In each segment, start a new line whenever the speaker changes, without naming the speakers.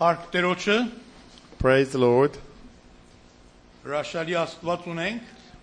Հարկ Տերոջը,
Praise the Lord.
հրաշալի Աստված ունենք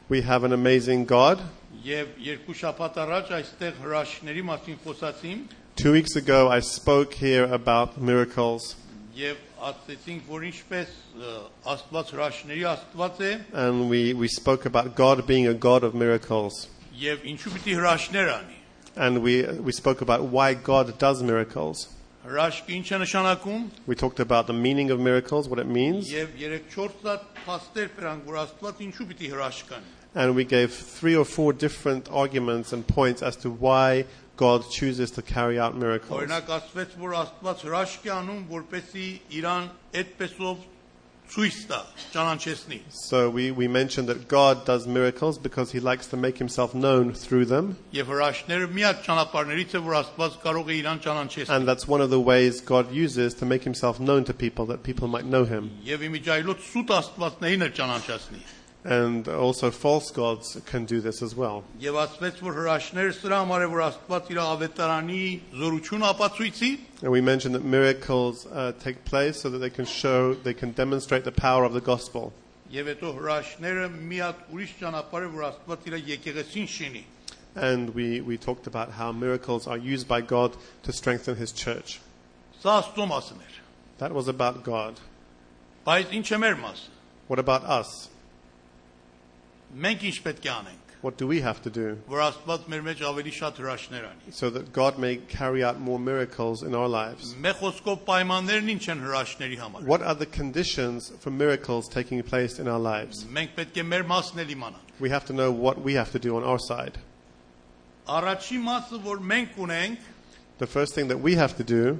We have an amazing God.
եւ երկու շաբաթ առաջ այստեղ հրաշների մասին խոսացին
Two weeks ago, I spoke here about miracles,
եւ ասացինք, որ ինչպես ը, Աստված հրաշների Աստված է
and we, we spoke about God being a God of miracles,
եւ ինչու պիտի հրաշներ անի։
and we, we spoke about why God does miracles.
Հրաշք ինչ է նշանակում
We talked about the meaning of miracles, what it means,
եւ 3-4 հատ փաստեր ֆրանկ որ Աստված ինչու պիտի հրաշք անի։
and we gave three or four different arguments and points as to why God chooses to carry out miracles.
Օրինակ ասվեց, որ Աստված հրաշք է անում, որպեսի Իրան այդպեսով ցույց տա, ճանաչեցնի։
So we, we mentioned that God does miracles because he likes to make himself known through them.
Եվ հրաշները միած ճանապարհներից է, որ Աստված կարող է Իրան ճանաչեցնել։
And that's one of the ways God uses to make himself known to people, that people might know him.
Եվ իմիջայլոց սուտ Աստվածներին է ճանաչացնի։
And also, false gods can do this as well.
Եվ ասվեց, որ հրաշները սրա համար է, որ Աստված իր ավետարանի զորություն ապացույցի
And we mentioned that miracles uh, take place so that they can show, they can demonstrate the power of the gospel.
Եվ հետո հրաշները միած ուրիշ ճանապարհ է, որ Աստված իր եկեղեցին շինի։
And we, we talked about how miracles are used by God to strengthen his church.
Սա Աստծո մասն էր։
That was about God.
Բայց ինչ է մեր մասը։
What about us?
Մենք ինչ պետք է անենք,
What do we have to do
որ Աստված մեր մեջ ավելի շատ հրաշներ անի։
so that God may carry out more miracles in our lives?
Մեր խոսքով պայմաններն ինչ են հրաշների համար։
What are the conditions for miracles taking place in our lives?
Մենք պետք է մեր մասն էլ իմանանք։
we have to know what we have to do on our side.
Առաջի մասը, որ մենք ունենք
The first thing that we have to do,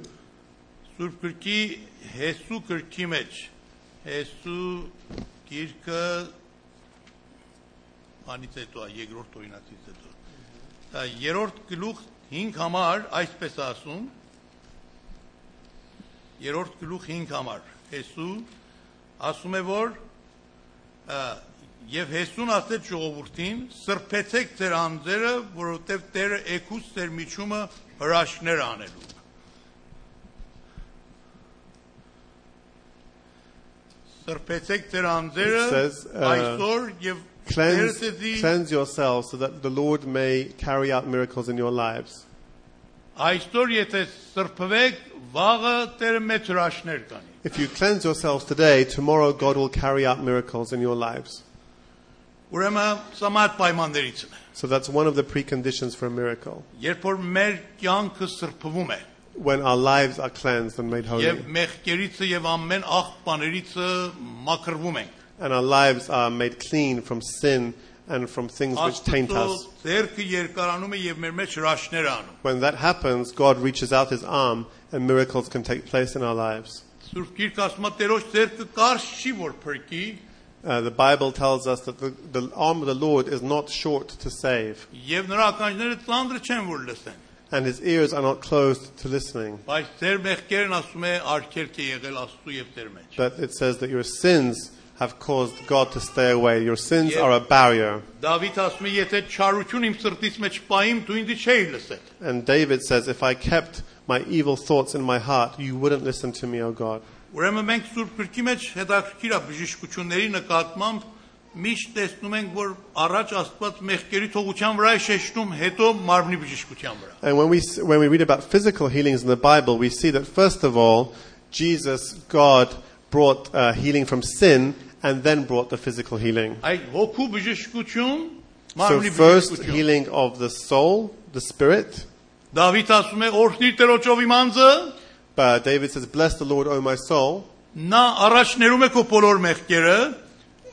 Սուրբ գրքի Հեսու գրքի մեջ Հեսու գիրքը անից հետո է, երկրորդ օրինացից հետո։ Դա երրորդ գլուխ 5 համար այսպես ասում։ Երրորդ գլուխ 5 համար Հեսու ասում է որ ա, Եվ Հեսուն ասեց ժողովրդին. «Սրբեցեք ձեր անձերը, որովհետև Տերը եկուս ձեր միջումը հրաշքներ անելու»։ Սրբեցեք ձեր
It
անձերը
says, uh,
այսօր եւ Տերը
cleanse,
ցեզի
cleanse yourselves so that the Lord may carry out miracles in your lives.
այսօր եթե սրբվեք, վաղը Տերը մեծ հրաշքներ կանի։
If you cleanse yourselves today, tomorrow God will carry out miracles in your lives.
Ուրեմն սա մատ պայմաններից է։
So that's one of the preconditions for a miracle.
Երբ որ մեր կյանքը սրբվում է,
When our lives are cleansed and made
եւ
holy,
մեղքերից եւ ամեն աղբաներից մաքրվում ենք։
and our lives are made clean from sin and from things which taint
Աստծո
us.
ձեռքը երկարանում է եւ մեր մեջ հրաշներ անում։
When that happens, God reaches out his arm and miracles can take place in our lives.
Սուրբ Գիրքը ասում է Տերոջ ձեռքը կարճ չի որ փրկի
Uh, the Bible tells us that the, the arm of the Lord is not short to save,
եւ նրա ականջները ծանրը չեն որ լսեն։
and his ears are not closed to listening.
Բայց ձեր մեղքերն ասում է արգելք է եղել Աստծո եւ Տեր մեջ։
But it says that your sins have caused God to stay away. Your sins
Yeah.
are a barrier.
Դավիթ ասում է եթե չարություն իմ սրտից մեջ պայիմ դու ինձ չէի լսել։
And David says, If I kept my evil thoughts in my heart, you wouldn't listen to me, O God.
Ուրեմն մենք Սուրբ Գրքի մեջ հետաքրքիր է բժշկությունների նկատմամբ միշտ տեսնում ենք, որ առաջ Աստված մեղքերի թողության վրա է շեշտում, հետո մարմնի բժշկության վրա։
And when we, s- when we read about physical healings in the Bible, we see that first of all, Jesus, God, brought uh, healing from sin and then brought the physical healing.
Այդ հոգու բժշկություն,
So
մարմնի
first
բժշկություն։
healing of the soul, the spirit.
Դավիթ ասում է. «Օրհնի Տերոջով իմ անձը,
But David says, "Bless the Lord, O my soul."
նա առաջ ներում է քո բոլոր մեղքերը,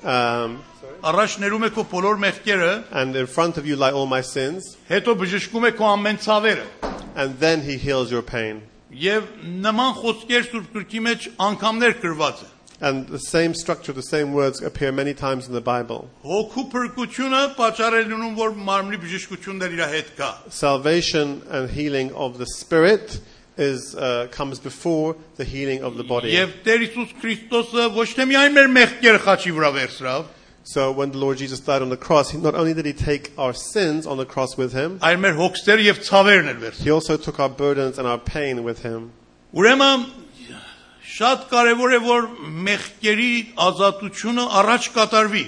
Um,
առաջ ներում է քո բոլոր մեղքերը,
and in front of you lie all my sins,
հետո բժշկում է քո ամեն ցավերը»։
and then He heals your pain.
Եվ նման խոսքեր Սուրբ Գրքի մեջ անգամներ գրված է։
And the same structure, the same words appear many times in the Bible.
Հոգու փրկությունը պատճառ է լինում, որ մարմնի բժշկությունն էլ իր հետ կա։
Salvation and healing of the spirit is uh, comes before the healing of the body.
Եվ Տեր Հիսուս Քրիստոսը ոչ թե միայն մեր մեղքերը խաչի վրա վերցրավ,
So when the Lord Jesus died on the cross, he, not only did He take our sins on the cross with Him,
այլ մեր հոգսերը եւ ցավերն էլ վերցրավ։
He also took our burdens and our pain with Him.
Ուրեմն Շատ կարևոր է որ մեղքերի ազատությունը առաջ կատարվի։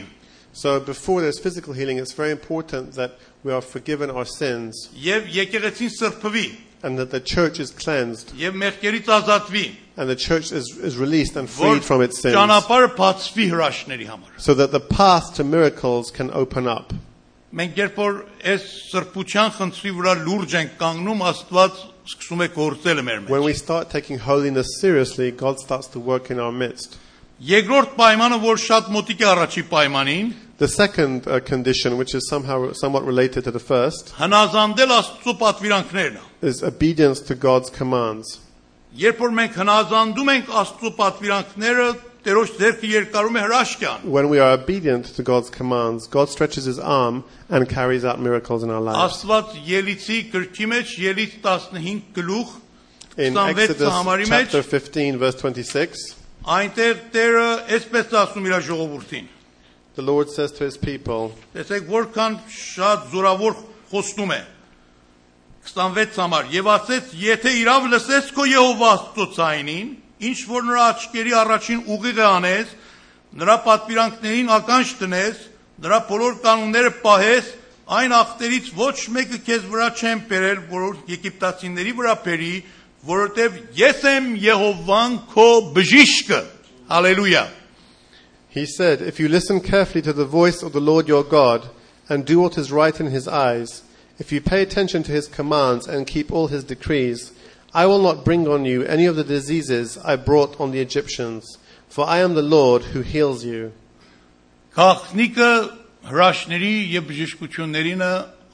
So before there's physical healing, it's very important that we are forgiven our sins
եւ եկեղեցին սրբվի
and that the church is cleansed
եւ մեղքերից ազատվի
and the church is, is released and freed from
որ
its sins
ճանապարհը բացվի հրաշների համար
so that the path to miracles can open up.
մենք երբ որ այս սրբության խնդրի վրա լուրջ ենք կանգնում աստված սկսում է գործել մեր մեջ
When we start taking holiness seriously, God starts to work in our midst.
երկրորդ պայմանը որ շատ մոտիկ է առաջի պայմանին
The second uh, condition, which is somehow somewhat related to the first,
հնազանդել աստծո պատվիրանքներն է
is obedience to God's commands.
երբ որ մենք հնազանդում ենք աստծո պատվիրանքները Տերոջ ձեռքը երկարում է հրաշքյան
When we are obedient to God's commands, God stretches his arm and carries out miracles in our lives.
աստված ելիցի գրքի մեջ ելից 15 գլուխ
In
26
Exodus
համարի մեջ
chapter 15, verse 26,
Այնտեղ Տերը այսպես է ասում իր ժողովրդին։
the Lord says to his people,
Տեսեք որքան շատ զորավոր խոստում է։ 26 համար եւ ասեց, եթե իրավ լսես քո Եհովա Աստծո ցայնին, ինչ որ նրա աչքերի առաջին ուղիղը անես, նրա պատվիրանքներին ականջ դնես, նրա բոլոր կանոնները պահես, այն ախտերից ոչ մեկը քեզ վրա չեմ բերել, որ Եգիպտացիների վրա բերի, որովհետեւ ես եմ Եհովան քո բժիշկը։ Հալելույա։
He said, If you listen carefully to the voice of the Lord your God, and do what is right in his eyes, if you pay attention to his commands and keep all his decrees, I will not bring on you any of the diseases I brought on the Egyptians, for I am the Lord who heals you.
Գախնիկը հրաշների եւ բժշկություններին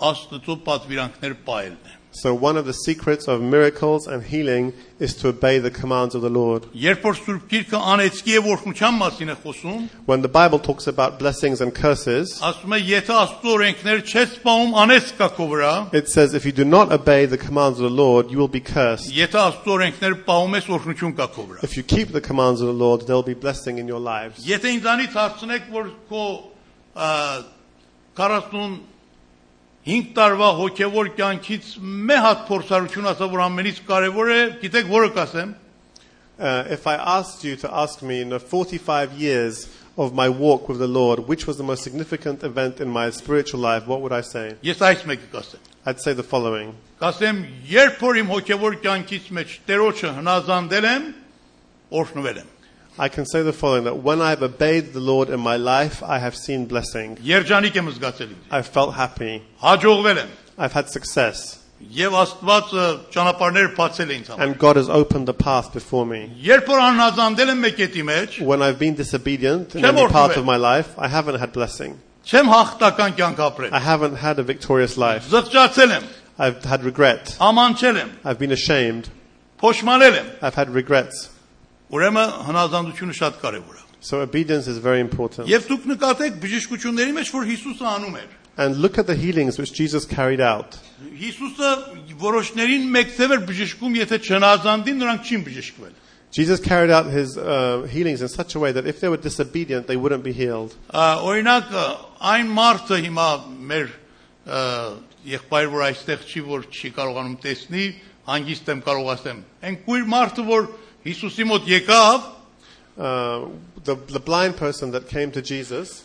աստծո պատվիրանքներ պայելն է։
So, one of the secrets of miracles and healing is to obey the commands of the Lord.
Երբ որ Սուրբ Գիրքը անեցքի եւ օրհնության մասին է խոսում,
When the Bible talks about blessings and curses,
ասում է, եթե աստծո օրենքներ չես սպանում անեցքա քո վրա,
it says, If you do not obey the commands of the Lord, you will be cursed.
եթե աստծո օրենքներ պահում ես օրհնություն կա քո վրա։
If you keep the commands of the Lord, there will be blessing in your lives.
Եթե ինձանից հարցնեք, որ քո ա, 45 տարվա հոգեվոր կյանքից մի հատ փորձառություն ասա, որ ամենից կարևոր է, գիտեք որը կասեմ,
Uh, if I asked you to ask me in the 45 years of my walk with the Lord, which was the most significant event in my spiritual life, what would I say?
ես այս մեկը կասեմ։
I'd say the following.
Կասեմ, երբ որ իմ հոգևոր կյանքից մեջ Տերոջը հնազանդել եմ, օրհնվել եմ։
I can say the following that when I've obeyed the Lord in my life, I have seen blessing.
Երջանիկ եմ զգացել ինձ։
I've felt happy.
Հաջողվել եմ
I've had success.
եւ Աստվածը ճանապարհներ բացել է ինձ համար։
And God has opened the path before me.
Երբ որ անհնազանդել եմ մեկետի մեջ,
When I've been disobedient in
Chem
any part
orthodox.
of my life, I haven't had blessing.
չեմ հաղթական կյանք ապրել։
I haven't had a victorious life.
Զղջացել եմ,
I've had regret.
ամանչել եմ,
I've been ashamed.
փոշմանել եմ։
I've had regrets.
Ուրեմն հնազանդությունը շատ կարեւոր է։
So obedience is very important.
Եվ դուք նկատեք բժշկությունների մեջ, որ Հիսուսը անում էր։
And look at the healings which Jesus carried out.
Հիսուսը որոշներին մեկտեղ էր բժշկում, եթե չհնազանդին, նրանք չին բժշկվել։
Jesus carried out his uh, healings in such a way that if they were disobedient, they wouldn't be healed.
Ա, Օրինակ ա, այն մարդը հիմա մեր ա, եղբայր որ այստեղ չի որ չի կարողանում տեսնի, հանգիստ եմ կարող ասեմ։ Այն քույր մարդը որ Հիսուսի մոտ եկավ,
Uh, the, the blind person that came to Jesus,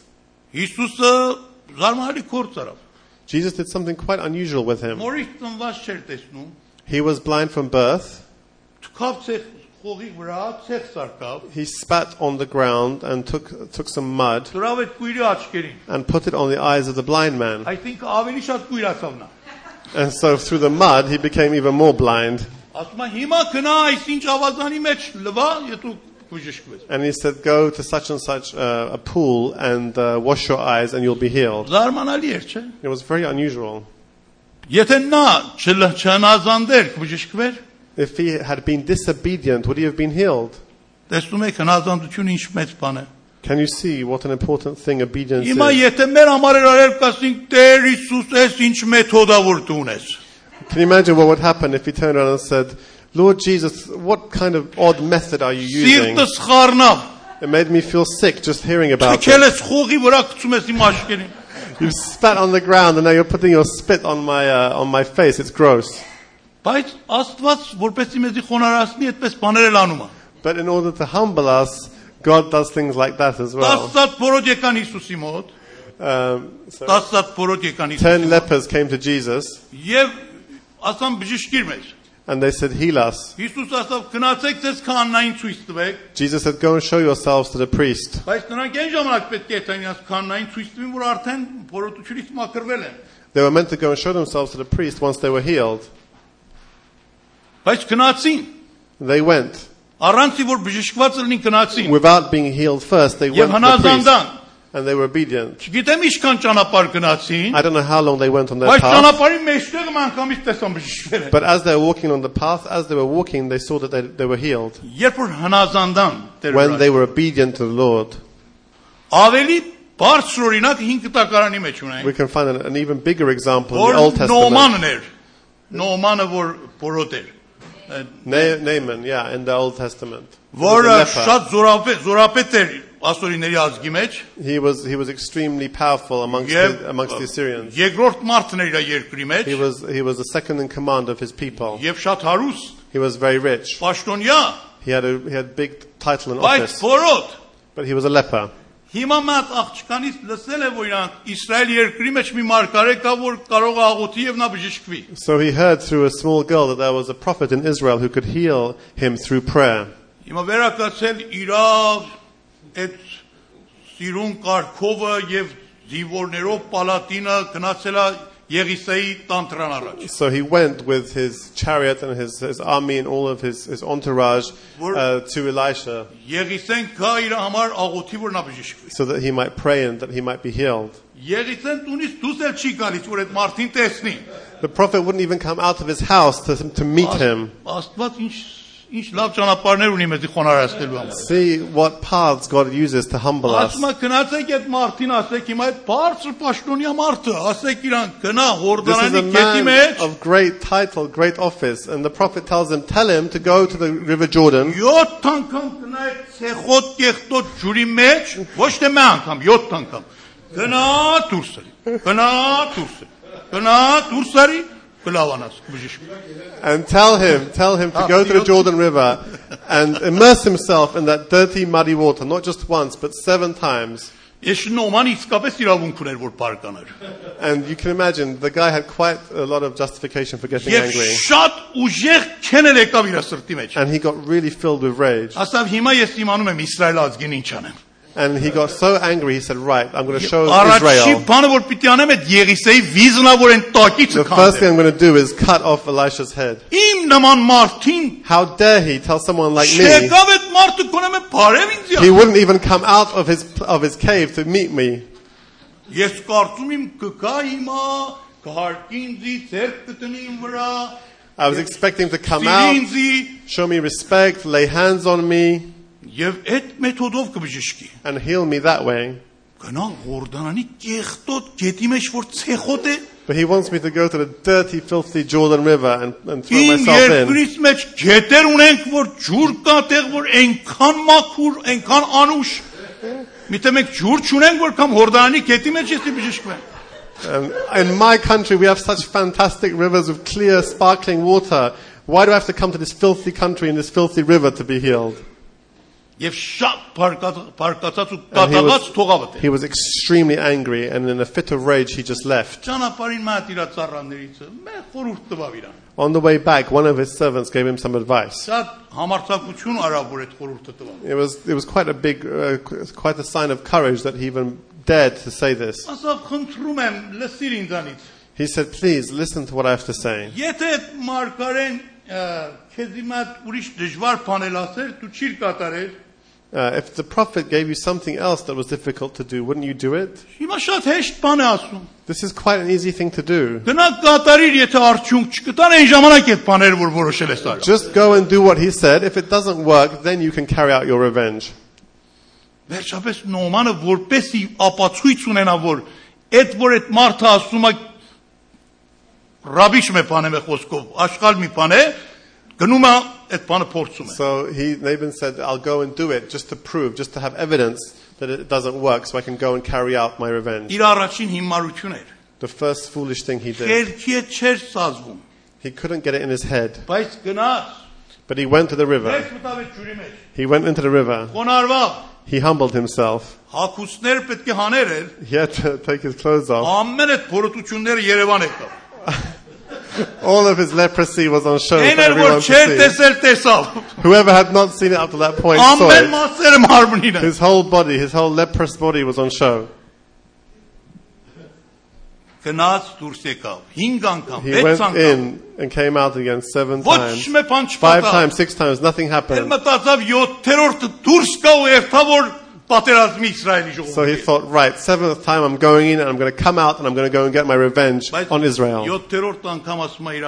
Հիսուսը զարմանալի կորց արավ։
Jesus did something quite unusual with him.
Մորից ծնված չէր տեսնում,
He was blind from birth.
թքավ ցեղ խողի վրա, ցեղ սարկավ,
He spat on the ground and took, took some mud
դրավ այդ քույրի աչքերին։
and put it on the eyes of the blind man.
Այսինքն ավելի շատ քույրացավ նա։
And so through the mud, he became even more blind.
Ասում է հիմա գնա այսինչ ավազանի մեջ լվա, եթե դու բժշկվես։
And he said, Go to such and such uh, a pool and uh, wash your eyes and you'll be healed.
Զարմանալի էր, չէ՞։
It was very unusual.
Եթե նա չլ- չհնազանդեր բժշկվեր,
If he had been disobedient, would he have been healed?
տեսնում եք հնազանդությունը ինչ մեծ բան է։
Can you see what an important thing obedience
Հիմա
is?
եթե մեր համար էր արել կասենք Տեր Հիսուս, ես ինչ մեթոդա որ դու ունես։
Can you imagine what would happen if he turned around and said, Lord Jesus, what kind of odd method are you using?
Սիրտս խառնավ,
It made me feel sick just hearing about
քեքել
it.
ես խողի վրա գցում ես իմ աչքերին։
You've spat on the ground and now you're putting your spit on my, uh, on my face. It's gross.
Բայց Աստված որպես մեզի խոնարհացնի, այդպես բաներ էլ անում է։
But in order to humble us, God does things like that as well.
Տասած փորոջ եկան Հիսուսի մոտ,
Um, so
տասած փորոջ եկան
ten
Հիսուսի մոտ
lepers came to Jesus
եւ ասան բժշկիր մեզ։
and they said, Heal us.
Հիսուս ասավ գնացեք ձեզ քաննային ցույց տվեք,
Jesus said, Go and show yourselves to the priest.
բայց նրանք այն ժամանակ պետք է այդտեղ իրաց քաննային ցույց տվին, որ արդեն փորոտությունից մաքրվել են։
They were meant to go and show themselves to the priest once they were healed.
Բայց գնացին,
They went.
առանց որ բժշկված լինին գնացին
Without being healed first, they went
եւ
to the priest
հնազանդան։
and they were obedient.
Չգիտեմ ինչքան ճանապարհ գնացին,
I don't know how long they went on their
բայց
path,
ճանապարհի մեջտեղ մանկամից տեսան բժիշկները։
but as they were walking on the path, as they were walking, they saw that they, they were healed.
Երբ որ հնազանդան Տեր
When they
վրա,
were obedient to the Lord,
ավելի բարձր օրինակ 5 տակարանի մեջ ունենք,
we can find an, an even bigger example in
որ
the Old Testament.
Նոմանն էր։ Նոմանը որ փորոտ էր, ը,
Na- Naaman, yeah, in the Old Testament. He was a
որը
leper.
շատ զորապետ զորապետ էր ասորիների ազգի մեջ
He was he was extremely powerful amongst
եւ
the, amongst the Assyrians.
երկրորդ մարդն էր իր երկրի մեջ
He was he was the second in command of his people.
եւ շատ հարուստ
He was very rich.
պաշտոնյա,
He had a he had big title and
բայց
office,
փորոտ։
but he was a leper.
Հիմա մատ աղջկանից լսել է որ իրանք Իսրայել երկրի մեջ մի մարգարե կա որ կարող է աղոթի եւ նա բժշկվի։
So he heard through a small girl that there was a prophet in Israel who could heal him through prayer.
Հիմա վերակացել իրավ այդ սիրուն կարկովը եւ զիվորներով պալատինը գնացել է Եղիսեի տան դրան առաջ։
So he went with his chariot and his, his army and all of his, his entourage uh, to Elisha
Եղիսեն գա իր համար աղոթի որ նա բժշկվի։
so that he might pray and that he might be healed.
Եղիսեն տունից դուրս էլ չի գալիս որ այդ մարդին տեսնի։
The prophet wouldn't even come out of his house to, to meet him.
Աստված ինչ ինչ լավ ճանապարհներ ունի մեզի խոնարհացնելու համար։
See what paths God uses to humble us.
Ասում է գնացեք այդ մարդին ասեք հիմա այդ բարձր պաշտոնյա մարդը ասեք իրան գնա
This is a
Հորդանանի գետի
man
մեջ
of great title, great office, and the prophet tells him, tell him to go to the river Jordan.
7 անգամ գնայք ցեխոտ կեղտոտ ջուրի մեջ, ոչ թե մի անգամ, 7 անգամ։ Գնա դուրս արի։ Գնա դուրս արի։ Գնա դուրս արի, գլավանաս բժիշկ։
And tell him, tell him to
Ah,
go to the
Jordan.
Jordan River and immerse himself in that dirty, muddy water, not just once, but seven times.
Ես նոման իսկապես իրավունք ուներ որ բարկանար։
And you can imagine, the guy had quite a lot of justification for getting
Եվ
angry.
շատ ուժեղ քենել եկավ իր սրտի մեջ։
And he got really filled with rage.
Ասավ հիմա ես իմանում եմ Իսրայել ազգին ինչ անեմ։
And he got so angry, he said, right, I'm going to show
Առաջի
Israel.
բանը որ պիտի անեմ այդ Եղիսեի վիզնա որ այն տակից
The first
կանեմ։
thing I'm going to do is cut off Elisha's head.
Իմ նման մարդին
How dare he tell someone like me?
չեկավ այդ մարդը կոնեմ է բարև ինձ։ ա-
He wouldn't even come out of his of his cave to meet me.
Ես կարծում եմ կգա հիմա կհարկի ինձի ձեռք կտնի իմ վրա
I was expecting to come
սիրի
out,
ինձի
show me respect, lay hands on me,
եւ այդ մեթոդով կբժշկի
and heal me that way.
գնա Ղորդանանի կեղտոտ գետի մեջ որ ցեխոտ է
But he wants me to go to the dirty, filthy Jordan River and, and throw
իմ
myself in.
երկրից մեջ գետեր ունենք որ ջուր կա տեղ որ այնքան մաքուր այնքան անուշ միտե մենք ջուր չունենք որ կամ Ղորդանանի գետի մեջ էստի բժշկվեն
And in my country, we have such fantastic rivers of clear, sparkling water. Why do I have to come to this filthy country and this filthy river to be healed?
եւ շատ բարկած- բարկացած ու
And he
կատաղած
was,
թողավտ է
he was extremely angry, and in a fit of rage, he just left.
ճանապարհին մա դիրա ծառաներից մե խորուրդ տվավ իրան
On the way back, one of his servants gave him some advice.
Շատ համարձակություն արա որ այդ խորհուրդը տվավ։
It was it was quite a big, uh, qu- quite a sign of courage that he even dared to say this.
Ասավ խնդրում եմ լսիր ինձանից։
He said, "Please listen to what I have to say.
Եթե այդ մարգարեն ը, քեզ իմատ ուրիշ դժվար բանել ասեր, դու չիր կատարեր։
Uh, if the prophet gave you something else that was difficult to do, wouldn't you do it?
Հիմա շատ հեշտ բան է ասում։
This is quite an easy thing to do.
Գնա կատարիր, եթե արդյունք չկտան, այն ժամանակ այդ բաներ որ որոշել ես արա։
Just go and do what he said. If it doesn't work, then you can carry out your revenge."
Վերջապես նոմանը որպեսի ապացույց ունենա որ այդ որ այդ մարդը ասում է ռաբիշ մե բանը մե խոսքով, աշխալ մի բան է, գնում է այդ բանը փորձում է։
So he Laban said, "I'll go and do it just to prove, just to have evidence that it doesn't work, so I can go and carry out my revenge."
իր առաջին հիմարություն էր։
The first foolish thing he did,
Քերքի հետ չէր սազվում,
he couldn't get it in his head,
բայց գնաց
But he went to the river.
Մեծ մտավ այդ ջուրի մեջ։
He went into the river.
Խոնարհվավ։
He humbled himself.
Հակուսներ պետք է հաներ էր։
He had to take his clothes off.
Ամեն այդ փորոտությունները Երևան եկավ։
All of his leprosy was on show for
Էն էր որ
everyone
չեր
to see.
տեսել տեսավ։
Whoever had not seen it up to that point saw
Ամեն
it.
մասերը մարմնին է։
His whole body, his whole leprous body was on show.
Գնաց դուրս եկավ 5 անգամ,
He
6
went
անգամ։
in and came out again seven
Ոչ
times.
մի բան
Five
չփոխավ։
times, six times, nothing
Էլ
happened.
մտածավ 7-րորդը դուրս գա ու երթավոր պատերազմի Իսրայելի
So he
ժողովուրդը։
thought, right, seventh time I'm going in and I'm going to come out and I'm going to go and get my revenge
Բայց
on Israel.
7-րորդ անգամ ասում է իր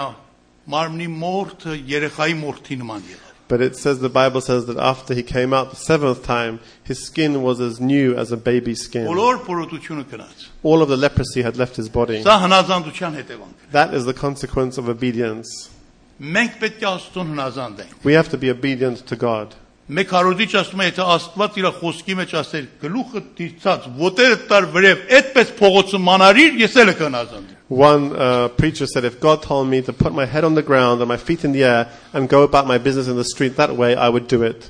մարմնի մորթը երեխայի մորթի նման եղավ։
But it says, the Bible says that after he came out the seventh time, his skin was as new as a baby's skin.
Բոլոր փորոտությունը գնաց։
All of the leprosy had left his body.
Սա հնազանդության հետևանք։ է։
That is the consequence of obedience.
Մենք պետք է Աստծուն հնազանդենք։
We have to be obedient to God.
Մեկ հարուդիչ ասում է, եթե Աստված իր խոսքի մեջ ասեր գլուխը դիցած, ոտերը տար վրև, այդպես փողոցը մանարիր, ես էլ կհնազանդեմ։
One uh, preacher said, if God told me to put my head on the ground and my feet in the air and go about my business in the street that way, I would do it.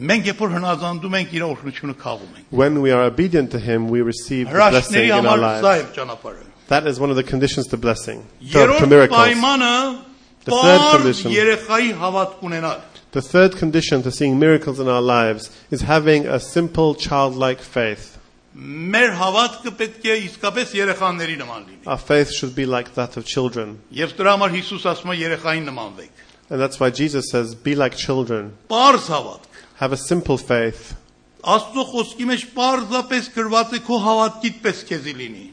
Մենք երբ որ հնազանդում ենք, իր օրհնությունը քաղում ենք։
When we are obedient to Him, we receive the blessing
Հրաշքների
in our
համար սա
lives.
է ճանապարհը։
That is one of the conditions to blessing, to, to
Երրորդ
miracles.
պայմանը
The third
բարձ
condition.
երեխայի հավատք ունենալ։
The third condition to seeing miracles in our lives is having a simple childlike faith.
Մեր հավատքը պետք է իսկապես երեխաների նման լինի։
Our faith should be like that of children.
Եվ դրա համար Հիսուս ասում է երեխային նմանվեք։
And that's why Jesus says, be like children.
Պարզ հավատք։
Have a simple faith.
Աստծո խոսքի մեջ պարզապես գրված է քո հավատքիդ պես քեզի լինի։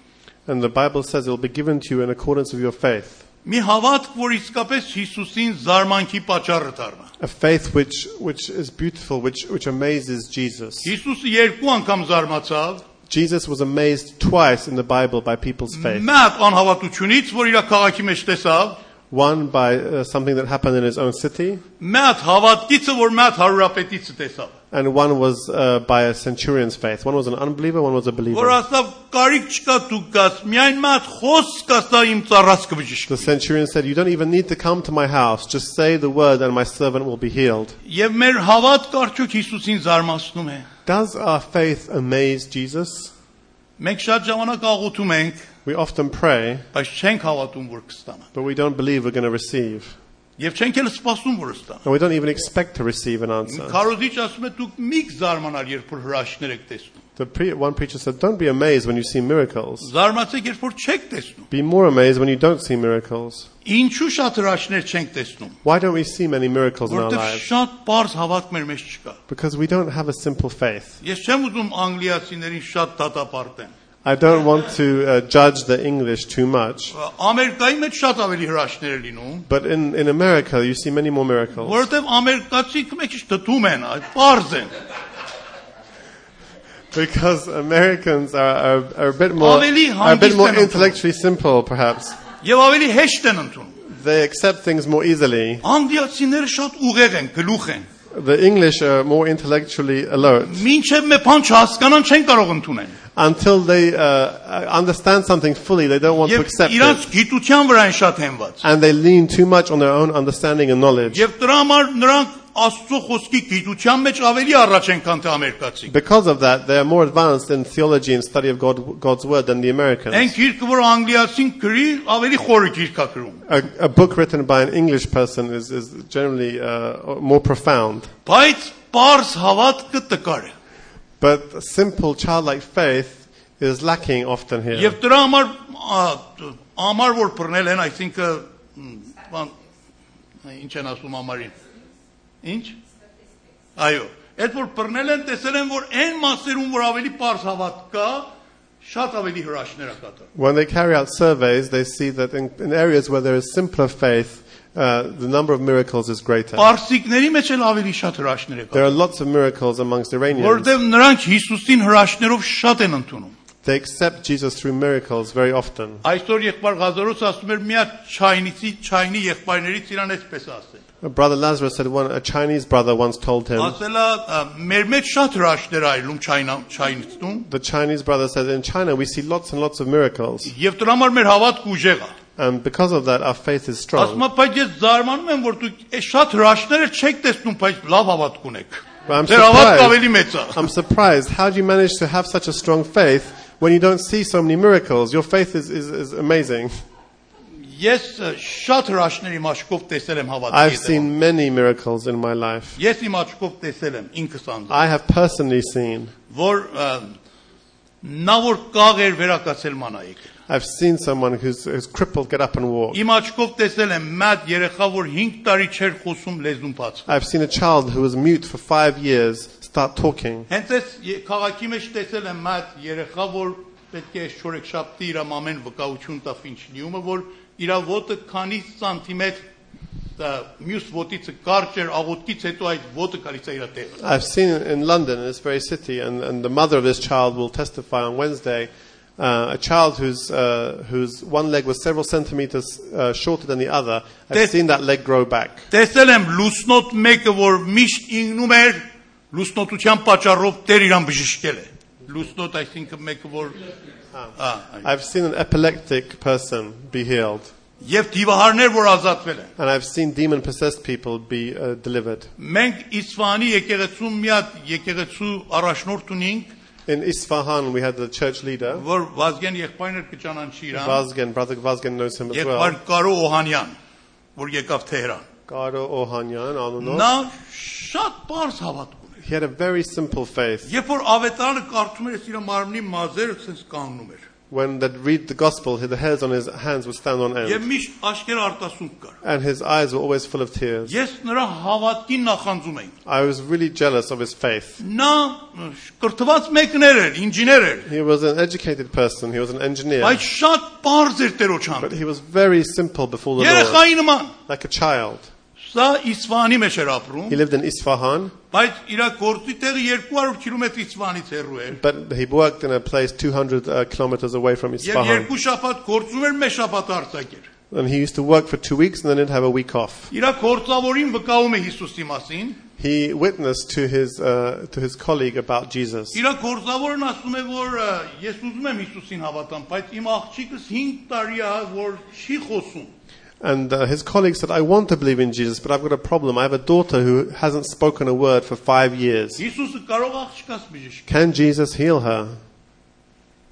And the Bible says it will be given to you in accordance with your faith.
Մի հավատք, որ իսկապես Հիսուսին զարմանքի պատճառը դառնա։
A faith which, which is beautiful, which, which amazes Jesus.
Հիսուսը երկու անգամ զարմացավ
Jesus was amazed twice in the Bible by people's faith.
մատ անհավատությունից, որ իր քաղաքի մեջ տեսավ,
One by uh, something that happened in his own city,
մատ հավատքիցը, որ մատ հարուրապետիցը տեսավ։
and one was uh, by a centurion's faith. One was an unbeliever, one was a
որ
believer.
ասավ կարիք չկա դու գաս միայն մատ խոսք ասա իմ ծառած
The
կբժշկի
centurion said, You don't even need to come to my house. Just say the word, and my servant will be healed.
եւ մեր հավատք արդյոք Հիսուսին զարմացնում է
Does our faith amaze Jesus?
մենք շատ ժամանակ աղոթում ենք
We often pray,
բայց չենք հավատում որ կստանան
but we don't believe we're going to receive.
եւ չենք էլ սպասում որ ստանան
And we don't even expect to receive an answer.
Քարոզիչ ասում է դուք միք զարմանալ երբ որ հրաշքներ եք տեսնում
The pre- one preacher said, Don't be amazed when you see miracles.
զարմացեք երբ որ չեք տեսնում
Be more amazed when you don't see miracles.
ինչու շատ հրաշքներ չենք տեսնում
Why don't we see many miracles in our
որովհետեւ
lives?
շատ པարզ հավատք մեր մեջ չկա
Because we don't have a simple faith.
ես չեմ ուզում անգլիացիներին շատ դատապարտեմ
I don't want to uh, judge the English too much.
ամերիկայի մեջ շատ ավելի հրաշքներ է լինում
But in, in America, you see many more miracles.
Որովհետև ամերիկացիք մեկ ինչ դդում են, այ պարզ են։
Because Americans are, are, are a bit more,
Ավելի
are a bit more
հանգիստ են
intellectually simple, perhaps.
Եվ ավելի հեշտ են ընդունում։
They accept things more easily.
Անդիացիները շատ ուղեղ են, գլուխ են։
The English are more intellectually alert.
Մինչև մի բան չհասկանան չեն կարող ընդունել։
Until they uh, understand something fully, they don't want to
Եվ
accept it.
իրանց գիտության վրա են շատ հենված։
and they lean too much on their own understanding and knowledge.
Եվ դրա համար նրանք Աստծո խոսքի գիտության մեջ ավելի առաջ են, քան թե ամերիկացիք։
Because of that, they are more advanced in theology and study of God, God's word than the
Այն
Americans.
գիրքը, որ անգլիացին գրի, ավելի խորը գիրք է գրում։
A, a book written by an English person is, is generally uh, more profound.
Բայց པարզ հավատքը տկար է։
But simple childlike faith is lacking often here.
Եվ դրա համար ա, համար որ բռնել են, այսինքն մ, բան ինչ են ասում համարին։ Ինչ։ Այո, այդ որ բռնել են, տեսել են, որ այն մասերում, որ ավելի པարզ հավատ կա, շատ ավելի հրաշներ է կատարում։
When they carry out surveys, they see that in, in areas where there is simpler faith, uh, the number of miracles is greater.
Պարսիկների մեջ էլ ավելի շատ հրաշներ է
There
կատարում,
are lots of miracles amongst Iranians.
որովհետև նրանք Հիսուսին հրաշներով շատ են ընդունում։
They accept Jesus through miracles very often.
Այսօր եղբայր Ղազարոս ասում էր՝ միա չայնիցի, չայնի եղբայրներից իրան էսպես ասել։
Brother Lazarus said one, a Chinese brother once told him,
Ասել է՝ «Ա, մեր մեջ շատ հրաշներ այլում չայնա չայնիցնում,
The Chinese brother says, in China we see lots and lots of miracles.
Եվ դրա համար մեր հավատքը ուժեղ է։
And because of that, our faith is
Ասում
strong.
է, բայց ես զարմանում եմ, որ դուք այս շատ հրաշները չեք տեսնում, բայց լավ հավատք ունեք։
But I'm
Ձեր հավատքն ավելի մեծ
surprised.
է։
I'm surprised. How do you manage to have such a strong faith when you don't see so many miracles? Your faith is, is, is amazing.
Ես ը, շատ հրաշներ իմ աչքով տեսել եմ հավատքի
I've
հետ։
seen many miracles in my life.
Ես իմ աչքով տեսել եմ ինքս անձ,
I have personally seen.
որ ը, նա որ կաղ էր վերակացել մանայիկ։
I've seen someone who's, who's crippled get up and walk.
Իմ աչքով տեսել եմ մատ երեխա, որ 5 տարի չէր խոսում լեզուն բաց։
I've seen a child who was mute for five years start talking.
Հենց այս ե- քաղաքի մեջ տեսել եմ մատ երեխա, որ պետք է այս շորեքշապտի իր ամեն վկայություն տա Ֆինչնիումը, որ իր ոտը քանի սանտիմետր ա, մյուս ոտիցը կարճ էր, աղոտքից հետո այդ ոտը գալիս է իր տեղը։
I've seen it in London, in this very city, and, and the mother of this child will testify on Wednesday. Uh, a child whose, uh, whose one leg was several centimeters uh, shorter than the other, I've
This-
seen that leg grow back.
Տեսել եմ լուսնոտ մեկը, որ միշտ ինգնում էր լուսնոտության պատճառով Տեր իրան բժշկել է։ Լուսնոտ այսինքն մեկը, որ ա, այ-
I've seen an epileptic person be healed,
եւ դիվահարներ, որ ազատվել են։
and I've seen demon possessed people be uh, delivered.
Մենք Իսվանի եկեղեցու մի հատ եկեղեցու առաջնորդ ունենք,
In Isfahan, we had the church leader,
որ Վազգեն եղբայրներ կճանանչի իրան
Vazgen, Brother Vazgen knows him as
եղբայր
well,
Կարո Օհանյան որ եկավ Թեհրան
Garo Ohanyan, Anunov.
նա շատ բարձ հավատք ուներ
He had a very simple faith.
երբ որ ավետարանը կարդում էր ես իր մարմնի մազերը ցենց կանգնում էր
When they'd read the gospel, the hairs on his hands would stand on end,
եւ միշտ աշկեր արտասուք կար
and his eyes were always full of tears.
ես նրա հավատքին նախանձում եմ
I was really jealous of his faith.
նա կրթված մեկներ էր ինժեներ էր
He was an educated person, he was an engineer,
բայց շատ բարձ էր Տերոջան
but he was very simple before the Lord,
երեխայի նման
like a child.
սա Իսվանի մեջ էր ապրում
He lived in Isfahan,
բայց իր գործի տեղը 200 կիլոմետր Իսվանից հեռու էր
but he worked in a place 200 uh, kilometers away from
Եվ
Isfahan.
երկու շաբաթ գործում էր, մեկ շաբաթ արձակեր։
And he used to work for two weeks and then he'd have a week off.
Իրա գործավորին վկայում է Հիսուսի մասին։
He witnessed to his, uh, to his colleague about Jesus.
Իրա գործավորն ասում է, որ «Ա, ես ուզում եմ Հիսուսին հավատամ, բայց իմ աղջիկս 5 տարի է, որ չի խոսում։
And uh, his colleague said, I want to believe in Jesus, but I've got a problem. I have a daughter who hasn't spoken a word for five years.
Հիսուսը կարող աղջկաս բժշկ։
Can Jesus heal her?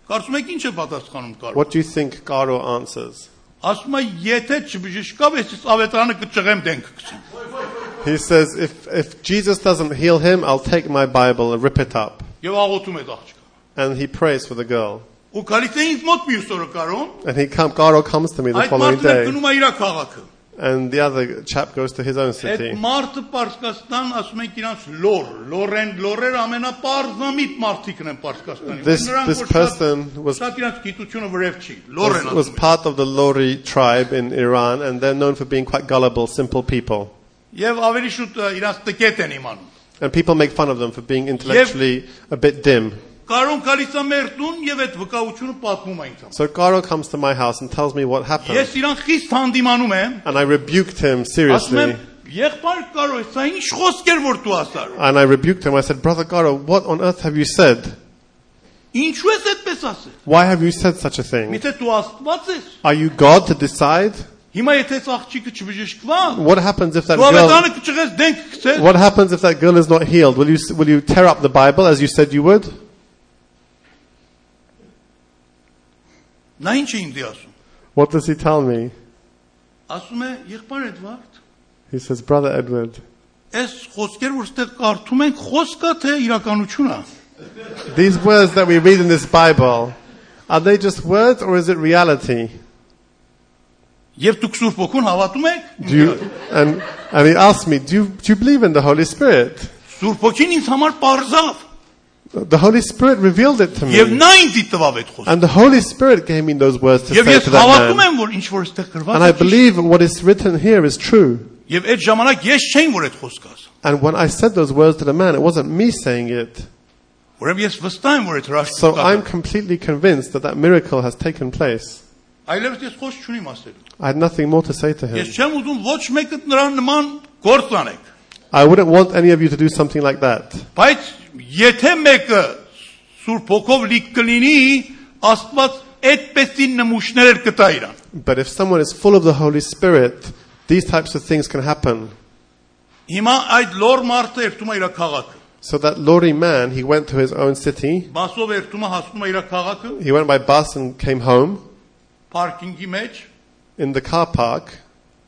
Կարծում եք ինչ է պատասխանում կարող։
What do you think Garo answers?
Ասում է, եթե չբժշկավ, ես ես ավետարանը կճղեմ դենք գցեմ։
He says, if, if Jesus doesn't heal him, I'll take my Bible and rip it up.
Եվ աղոթում է աղջկա։
And he prays for the girl.
Ու գալիս է ինձ մոտ մյուս օրը կարոն։
And he come, Garo comes to me the
Այդ
following
մարդն էլ
day,
գնում է իր քաղաքը։
and the other chap goes to his own
Այդ
city.
մարդը Պարսկաստան ասում են իրանց լոր, լորեն, լորեր ամենապարզամիտ մարդիկն են Պարսկաստանի։
This-
Նրանք,
this
որ շատ-
person was-
շատ իրանց գիտությունը վրև չի,
Was,
լորեն
was
ասում են։
part of the Lori tribe in Iran, and they're known for being quite gullible, simple people.
Եվ ավելի շուտ ա, իրանց տկետ են իմանում։
And people make fun of them for being intellectually a bit dim.
Կարոն գալիս է մեր տուն եւ այդ վկայությունը պատմում է ինձ։
So Garo comes to my house and tells me what happened.
Ես իրան խիստ հանդիմանում եմ,
And I rebuked
ասում
him
եմ,
seriously.
եղբայր Կարո, սա ինչ խոսքեր որ դու ասար։
And I rebuked him. I said, Brother Garo, what on earth have you said?
Ինչու ես այդպես ասել։
Why have you said such a thing?
Միթե դու Աստված ես։
Are you God to decide?
Հիմա եթե այս աղջիկը չբժշկվա,
What happens if that
դու
girl,
ավետանը կճղես դենք գցես։
what happens if that girl is not healed? Will you, will you tear up the Bible as you said you would?
Նա ինչ է ինձ ասում։
What does he tell me?
Ասում է եղբայր Էդվարդ,
He says, Brother Edward,
այս խոսքեր որ ստեղ կարդում ենք, խոսքա թե իրականությունա։
these words that we read in this Bible, are they just words or is it reality?
Եվ դուք Սուրբ Օքուն հավատում եք։
Do you, and, and he asked me, do you, do you believe in the Holy Spirit?
Սուրբ Օքին ինձ համար բարձավ,
The Holy Spirit revealed it to
եւ
me.
նա ինձ տվավ այդ խոսքը։
And the Holy Spirit gave me those words to
Եվ
say
ես
to that
հավատում
man.
եմ, որ ինչ որ ստեղ
And
գրված
I
է։ ճիշտ
believe what is written here is true.
է։ Եվ այդ ժամանակ ես չէին որ այդ խոսքը ասա։
And when I said those words to the man, it wasn't me saying it.
Ուրեմն ես վստահ եմ, որ այդ
So I'm
հրաշքը։
completely convinced that that miracle has taken place.
Այլևս ես խոսք չունիմ ասելու։
I had nothing more to say to him.
Ես չեմ ուզում ոչ մեկը նրան նման գործ անեք։
I wouldn't want any of you to do something like that.
Բայց եթե մեկը Սուրբ Օքով լիք կլինի, Աստված այդպեսին նմուշներ կտա իրան։
But if someone is full of the Holy Spirit, these types of things can happen.
Հիմա այդ լոր մարդը երթում է իր քաղաքը։
So that lorry man, he went to his own city.
Բասով երթում է հասնում է իր քաղաքը,
He went by bus and came home
պարկինգի մեջ
in the car park.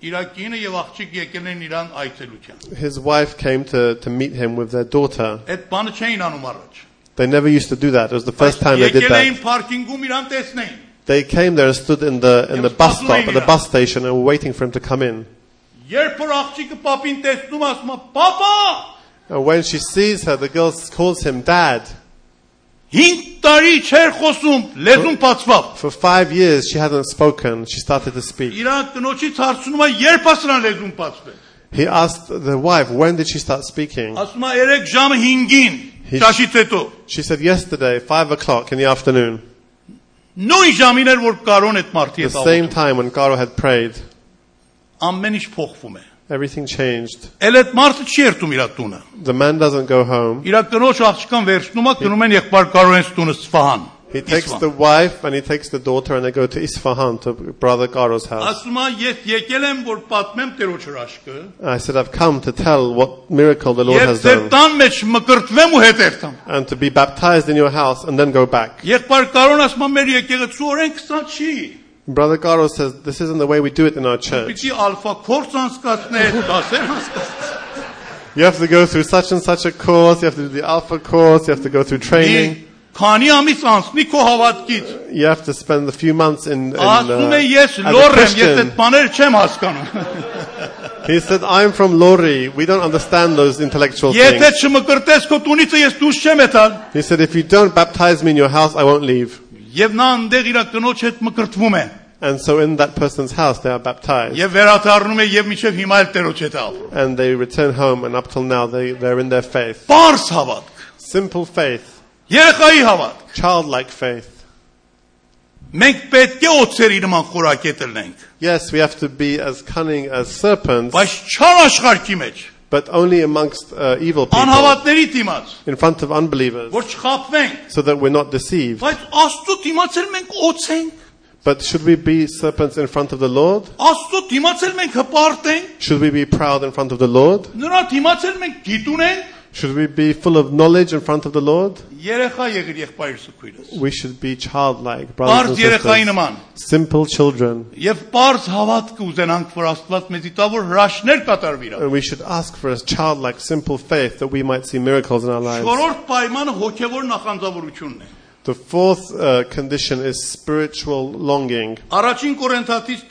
իր կինը եւ աղջիկ եկել են իրան այցելության։
His wife came to, to meet him with their daughter.
Այդ բանը չէին անում առաջ։
They never used to do that. It was the first time they did
Եկել էին
that.
պարկինգում իրան տեսնեին։
They came there and stood in the in the bus stop at the bus station and were waiting for him to come in.
Երբ որ աղջիկը papին տեսնում ասում է. «Պապա,
And when she sees her, the girl calls him dad.
5 տարի չեր խոսում, լեզուն բացվավ»։
For five years, she hadn't spoken. She started to speak.
Իրան կնոջից հարցնում է երբ ասրան լեզուն բացվել։
He asked the wife, when did she start speaking?
Ասում է 3 ժամը 5-ին,
Հի-
ճաշից հետո։
She said yesterday, five o'clock in the afternoon,
Նույն ժամին էր որ կարոն այդ մարդի
the
հետ աղոթում։
same time when Garo had prayed.
Ամեն ինչ փոխվում է։
Everything changed.
Էլ այդ մարդը չի երթում իր տունը։
The man doesn't go home.
Իր կնոջ աղջկան վերցնում է, գնում են եղբայր կարոնից տունը Սփահան։
He takes
Իսվան։
the wife and he takes the daughter and they go to Isfahan, to brother Garo's house.
Ասում է ես եկել եմ որ պատմեմ Տերոջ հրաշքը։
I said, I've come to tell what miracle the Lord
Եվ
has
ձեր
done
տան մեջ մկրտվեմ ու հետ երթամ։
and to be baptized in your house and then go back.
Եղբայր կարոն ասում է մեր եկեղեցու օրենք սա չի։
Brother Garo says, this isn't the way we do it in our church.
Պիտի ալֆա կորս անցկացնել, դասեր անցկացնել։
You have to go through such and such a course, you have to do the alpha course, you have to go through training,
Քանի ամիս անցնի քո հավատքից։
you have to spend a few months in, in uh,
Ասում է ես
as a
լոռ եմ, ես այդ
Christian.
բաներ չեմ հասկանում։
He said, I'm from Lori, we don't understand those intellectual
Եթե
things.
չմկրտես քո տունիցը ես դուրս չեմ եթալ։
He said, if you don't baptize me in your house, I won't leave.
Եվ նա այնտեղ իր կնոջ հետ մկրտվում է։
And so in that person's house, they are baptized.
Եվ վերադառնում է եւ միջև հիմա էլ Տերոջ հետ է ապրում։
And they return home, and up till now, they, they're in their faith.
Պարս հավատք,
Simple faith,
երեխայի հավատք։
childlike faith.
Մենք պետք է օծերի նման խորակետ լինենք,
Yes, we have to be as cunning as serpents,
բայց չար աշխարհի մեջ,
but only amongst uh, evil people,
անհավատների դիմաց,
in front of unbelievers,
որ չխափվենք։
so that we're not deceived.
Բայց Աստծո դիմաց էլ մենք օծենք,
But should we be serpents in front of the Lord?
Աստծո դիմաց էլ մենք հպարտենք։
Should we be proud in front of the Lord?
Նրա դիմաց էլ մենք գիտուն ենք,
Should we be full of knowledge in front of the Lord?
Երեխա եղիր եղբայրս ու քույրս։
We should be
Պարզ
childlike, brothers and
երեխայի
sisters,
նման
simple children.
եւ պարզ հավատք ուզենանք, որ Աստված մեզի տա որ հրաշներ կատարվի իրան։
And we should ask for a childlike, simple faith that we might see miracles in our lives.
Չորրորդ պայմանը հոգեվոր նախանձավորությունն է։
The fourth uh, condition is spiritual longing.
Առաջին Կորինթացից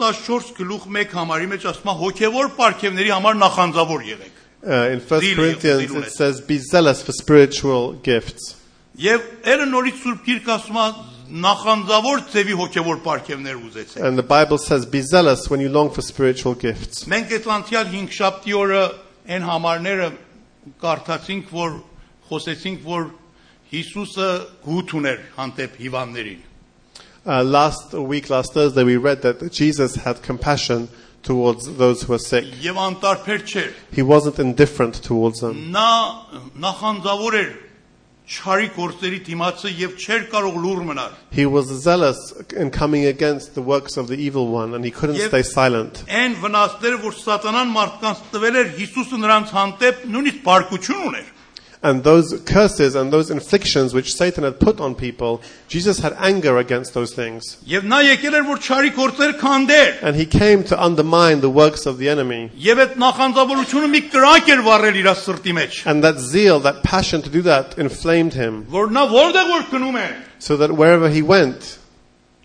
14 գլուխ 1 համարի մեջ ասում է հոգեվոր պարգևների համար նախանձավոր եղեք։
Uh, in 1
Zeal,
Corinthians,
zeal.
it says, Be zealous for spiritual gifts.
Եվ ելը նորից Սուրբ Գիրքը ասում է նախանձավոր ծևի հոգեվոր պարգևներ ուզեցեք։
And the Bible says, Be zealous when you long for spiritual gifts.
Մենք այդ անցյալ 5 շաբթի օրը այն համարները կարդացինք, որ խոսեցինք, որ Հիսուսը գութ ուներ հանդեպ հիվանդներին։
Uh, last week, last Thursday, we read that Jesus had compassion towards those who were sick.
եւ անտարբեր չէր։
He wasn't indifferent towards them.
Նա նախանձավոր էր չարի գործերի դիմացը եւ չէր կարող լուր մնալ։
He was zealous in coming against the works of the evil one, and he couldn't
Yep.
stay silent.
Այն վնասները, որ սատանան մարդկանց տվել էր, Հիսուսը նրանց հանդեպ նույնիսկ բարկություն ուներ։
And those curses and those inflictions which Satan had put on people, Jesus had anger against those things.
Եվ նա եկել էր, որ չարի գործեր քանդեր։
And he came to undermine the works of the enemy.
Եվ այդ նախանձավորությունը մի կրակ էր վառել իր սրտի մեջ,
And that zeal, that passion to do that, inflamed him,
որ նա որտեղ որ գնում էր,
so that wherever he went,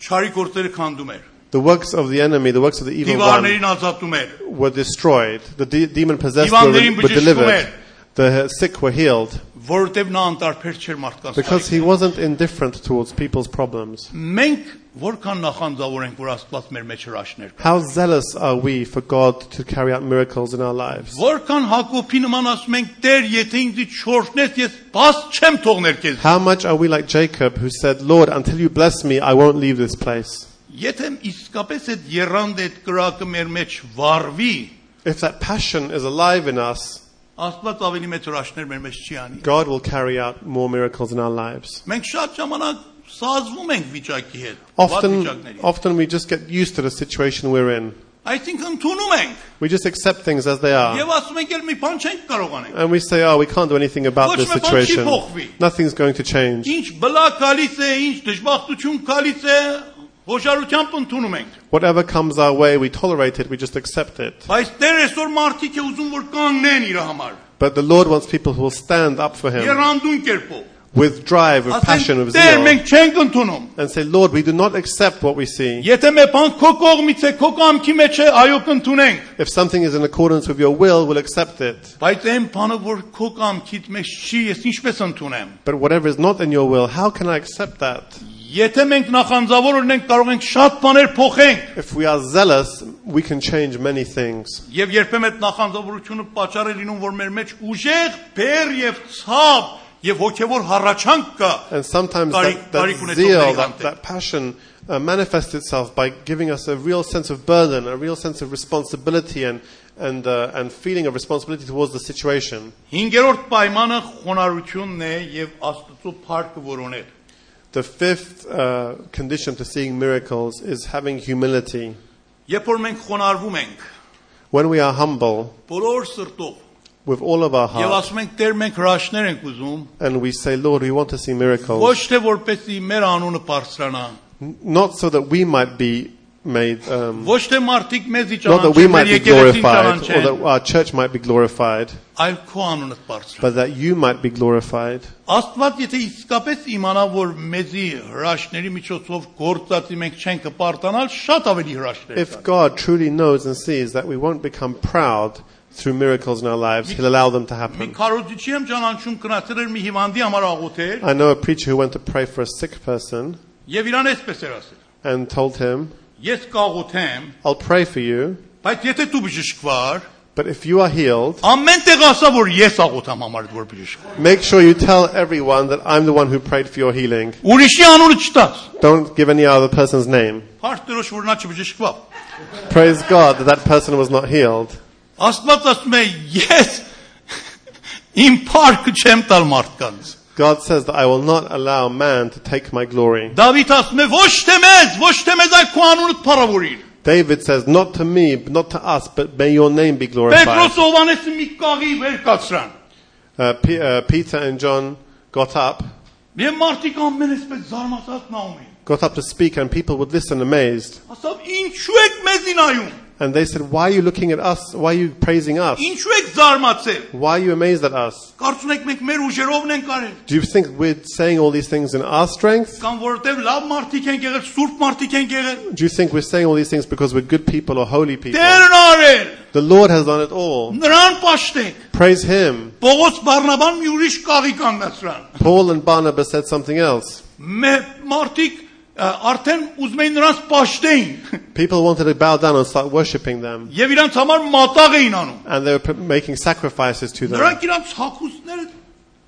չարի գործերը քանդում էր։
the works of the enemy, the works of the evil one,
Դիվարներին ազատում էր։
were destroyed. The de- demon possessed were,
Divanların
were delivered.
bıcıştığı.
The sick were healed.
որովհետև նա անտարբեր չէր մարդկանց։
Because he wasn't indifferent towards people's problems.
Մենք որքան նախանձավոր ենք, որ Աստված մեր մեջ հրաշներ կա։
How zealous are we for God to carry out miracles in our lives?
Որքան Հակոբի նման ասում ենք, Տեր, եթե ինձ չորտնես, ես բաց չեմ թողնել քեզ։
How much are we like Jacob who said, Lord, until you bless me, I won't leave this place?
Եթե իսկապես այդ երանդը այդ կրակը մեր մեջ վառվի,
If that passion is alive in us,
Աստված ավելի մեծ հրաշքներ մեր մեջ չի անի։
God will carry out more miracles in our lives.
Մենք շատ ժամանակ սազվում ենք վիճակի հետ, վատ
Often,
վիճակների։
often we just get used to the situation we're in.
Այսինքն ընդունում ենք
We just accept things as they are.
եւ ասում ենք, «Էլ մի բան չենք կարող անել»։
And we say, oh, we can't do anything about
Ոչ
this
մի բան չի
situation.
փոխվի։
Nothing's going to change.
Ինչ բլա գալիս է, ինչ դժբախտություն գալիս է, հոժարությամբ ընդունում ենք։
Whatever comes our way, we tolerate it, we just accept it.
Բայց Տեր այսօր մարդիկ է ուզում որ կանգնեն իր համար։
But the Lord wants people who will stand up for Him
Երանդուն կերպով։
with drive, with passion, with
Տեր
zeal,
մենք չենք ընդունում։
and say, Lord, we do not accept what we see.
Եթե մեր բան քո կողմից է, քո կամքի մեջ է, այո կընդունենք։
If something is in accordance with your will, we'll accept it.
Բայց այն բանը որ քո կամքիդ մեջ չի, ես ինչպես ընդունեմ։
But whatever is not in your will, how can I accept that?
Եթե մենք նախանձավոր ունենք, կարող ենք շատ բաներ փոխենք։
If we are zealous, we can change many things.
Եվ երբեմն այդ նախանձավորությունը պատճառ է լինում, որ մեր մեջ ուժեղ, բեր եւ ցավ եւ հոգեվոր հառաչանք կա։
And sometimes
Բարի-
that,
բարի
that
կունեցողների
zeal, that,
հանդեպ։
that passion uh, manifests itself by giving us a real sense of burden, a real sense of responsibility, and, and, uh, and feeling of responsibility towards the situation.
Հինգերորդ պայմանը խոնարհությունն է եւ Աստծո փառքը որոնել։
The fifth uh, condition to seeing miracles is having humility.
Երբ որ մենք խոնարհվում ենք
When we are humble
բոլոր սրտով
with all of our
եւ
heart
ասում ենք Տեր մենք հրաշներ ենք ուզում,
and we say, Lord, we want to see
ոչ
miracles,
թե որպեսի մեր անունը բարձրանա,
n- not so that we might be made, um,
ոչ թե մարդիկ մեզի
not that we
ճանաչեն, մեր
might be
եկեղեցին
glorified or
ճանաչեն,
that our church might be glorified,
այլ քո անունը բարձրանա։
but that you might be glorified.
Աստված եթե իսկապես իմանա, որ մեզի հրաշների միջոցով գործածի մենք չենք կպարտանալ, շատ ավելի հրաշներ կան։
If God truly knows and sees that we won't become proud through miracles in our lives, He'll allow them to
Մի
happen.
քարոզիչի եմ ճանաչում գնացել էր մի հիվանդի համար աղոթել
I know a preacher who went to pray for a sick person
եւ իրան էսպես էր ասել.
and told him,
Ես կաղոթեմ,
I'll pray for you,
բայց եթե դու բժշկվար,
but if you are healed,
ամեն տեղ ասա, որ ես աղոթամ համար որ բժշկվար։
Make sure you tell everyone that I'm the one who prayed for your healing.
Ուրիշի անունը չտաս։
Don't give any other person's name.
Փաստերոշ որ նա չբժշկվա։
Praise God that that person was not healed.
Աստված ասում է, ես իմ փառքը չեմ տալ մարդկանց։
God says that I will not allow man to take my glory.
Դավիթ ասում է ոչ թե մեզ, ոչ թե մեզ այդ քո անունդ փառավորիր։
David says, Not to me, not to us, but may your name be glorified.
Պետրոս Հովանեսը մի կաղի վեր կացրան։
Uh, P- uh, Peter and John got up,
Եվ մարդիկ ամեն այսպես զարմացած նայում էին։
got up to speak, and people would listen amazed.
Ասավ, ինչու եք մեզ նայում։
And they said, Why are you looking at us? Why are you praising us?
Ինչու եք զարմացել։
Why are you amazed at us?
Կարծում եք մենք մեր ուժերովն ենք արել։
Do you think we're saying all these things in our strength?
Կամ որովհետև լավ մարդիկ են եղել, սուրբ մարդիկ են եղել։
Do you think we're saying all these things because we're good people or holy people?
Տերն արել։
The Lord has done it all.
Նրան պաշտեք։
Praise Him.
Պողոս Բարնաբան մի ուրիշ կաղի կանգնացրան։
Paul and Barnabas said something else.
Մեր մարդիկ ա, արդեն ուզում էին նրանց պաշտեին։
People wanted to bow down and start worshipping them,
Եվ իրանց համար մատաղ էին անում։
and they were p- making sacrifices to them.
Նրանք իրանց հակուսները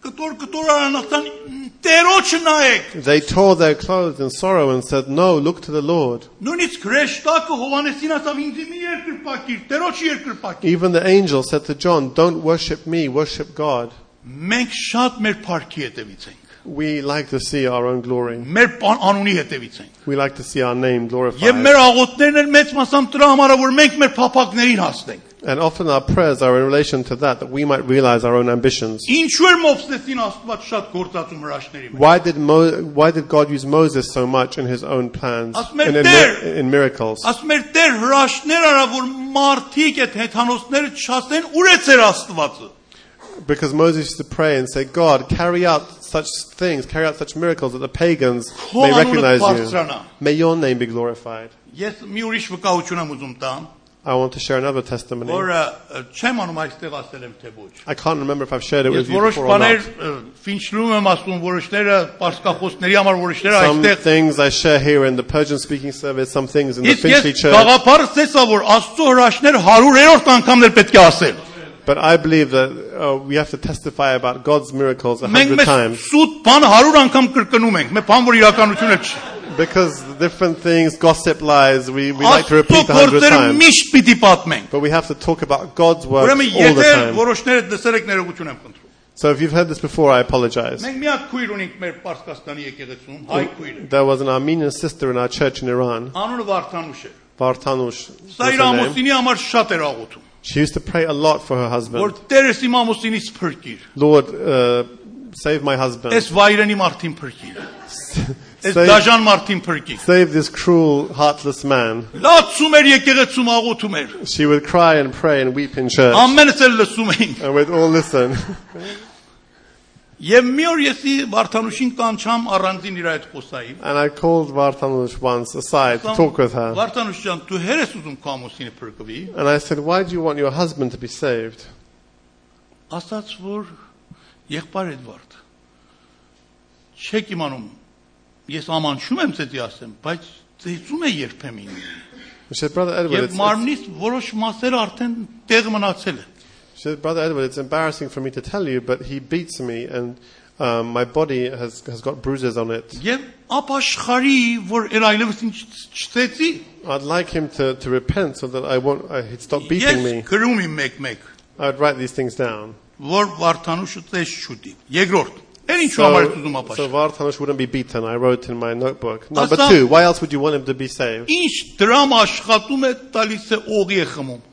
կտոր կտոր արանացան տերոջը նայեք։
They tore their clothes in sorrow and said, No, look to the Lord.
Նույնիսկ հրեշտակը Հովանեսին ասավ ինձ մի երկրպագիր, տերոջ երկրպագիր։
Even the angel said to John, Don't worship me, worship God.
Մենք շատ մեր парքի հետևից ենք։
We like to see our own glory.
Մեր պան- անունի հետևից ենք։
We like to see our name
Եվ
glorified.
մեր աղոթներն են մեծ մասամբ դրա համար, որ մենք մեր փափակներին հասնենք։
And often our prayers are in relation to that, that we might realize our own ambitions.
Ինչու էր Մովսեսին Աստված շատ գործածում հրաշների մեջ։
Why did Mo- why did God use Moses so much in his own plans
Ասում են
and in,
«Տեր»։
mi- in miracles?
Ասում էր Տեր հրաշներ արա, որ մարդիկ այդ հեթանոսները չասեն, ուր է ծեր Աստվածը։
Because Moses used to pray and say, God, carry out such things, carry out such miracles that the pagans
Քո
may
անունը
recognize you.
բարձրանա։
May your name be glorified.
Ես մի ուրիշ վկայություն եմ ուզում տամ։
I want to share another testimony.
որը ը, չեմ անում այստեղ ասել եմ թե ոչ։
I can't remember if I've shared it with
Ես
you
որոշ
before or
բաներ
not.
ը, ֆինչլում եմ ասում, որոշները պարսկախոսների համար որոշները
Some
այստեղ։
things I share here in the Persian speaking service, some things in the
Իսկ ես
Finchley church.
գաղափարը ցեսա որ Աստծո հրաշներ 100-երորդ անգամն էլ պետք է ասել։
But I believe that uh, we have to testify about God's miracles a
Մենք
hundred
մեզ
times.
սուտ բան 100 անգամ կրկնում ենք, մեր բան որ իրականություն է չի։
because different things, gossip lies, we, we like to
Աստծո
repeat a hundred
գործերը
times.
միշտ պիտի պատմենք։
But we have to talk about God's work all
Ուրեմն
the
եթե
time.
որոշներդ լսել եք ներողություն եմ խնդրում։
So if you've heard this before, I apologize.
Մենք միակ քույր ունենք մեր Պարսկաստանի եկեղեցում, հայ քույրը։
There was an Armenian sister in our church in Iran,
Անունը Վարդանուշ էր։
Vartanush. was
Սա իր
her name.
ամուսինի համար շատ էր աղոթում,
She used to pray a lot for her
որ
husband.
Տերես իմ ամուսինից փրկիր։
Lord, uh, save my husband.
Այս վայրենի մարդին փրկիր։ Այս
Save,
դաժան մարդին փրկիր։
save this cruel, heartless man.
Լացում էր եկեղեցում աղոթում էր։
She would cry and pray and weep in church.
Ամենս էլ լսում էինք։
And we'd all listen.
Եվ մի օր ես ի- Վարդանուշին կանչամ առանձին իր այդ խոսայի։
And I called Vartanush once aside to talk with her.
Վարդանուշ ջան, դու հեր ես ուզում քո ամուսինը փրկվի։
And I said, Why do you want your husband to be saved?
ասաց որ եղբայր Էդվարդ չեք իմանում ես ամանչում եմ ցեզի ասեմ բայց ծեծում է երբեմին
She said, Brother Edward,
եւ
it's, it's,
մարմնից որոշ մասերը արդեն տեղ մնացել է
she said, Brother Edward, it's embarrassing for me to tell you, but he beats me and um, my body has, has got bruises on it.
եւ ապաշխարի որ էր այլևս ինչ չծեծի
I'd like him to, to repent so that I won't, uh, he'd stop beating
ես
me.
գրում եմ մեկ-մեկ
I'd write these things down.
որ Վարդանուշը ծեծ չուտի երկրորդ այն ինչու
So,
համար ես ուզում
so
ապաշխարի
Vartanush wouldn't be beaten, I wrote in my notebook. Number
Asa-
two, why else would you want him to be saved?
ինչ դրամ աշխատում է տալիս է օղի է խմում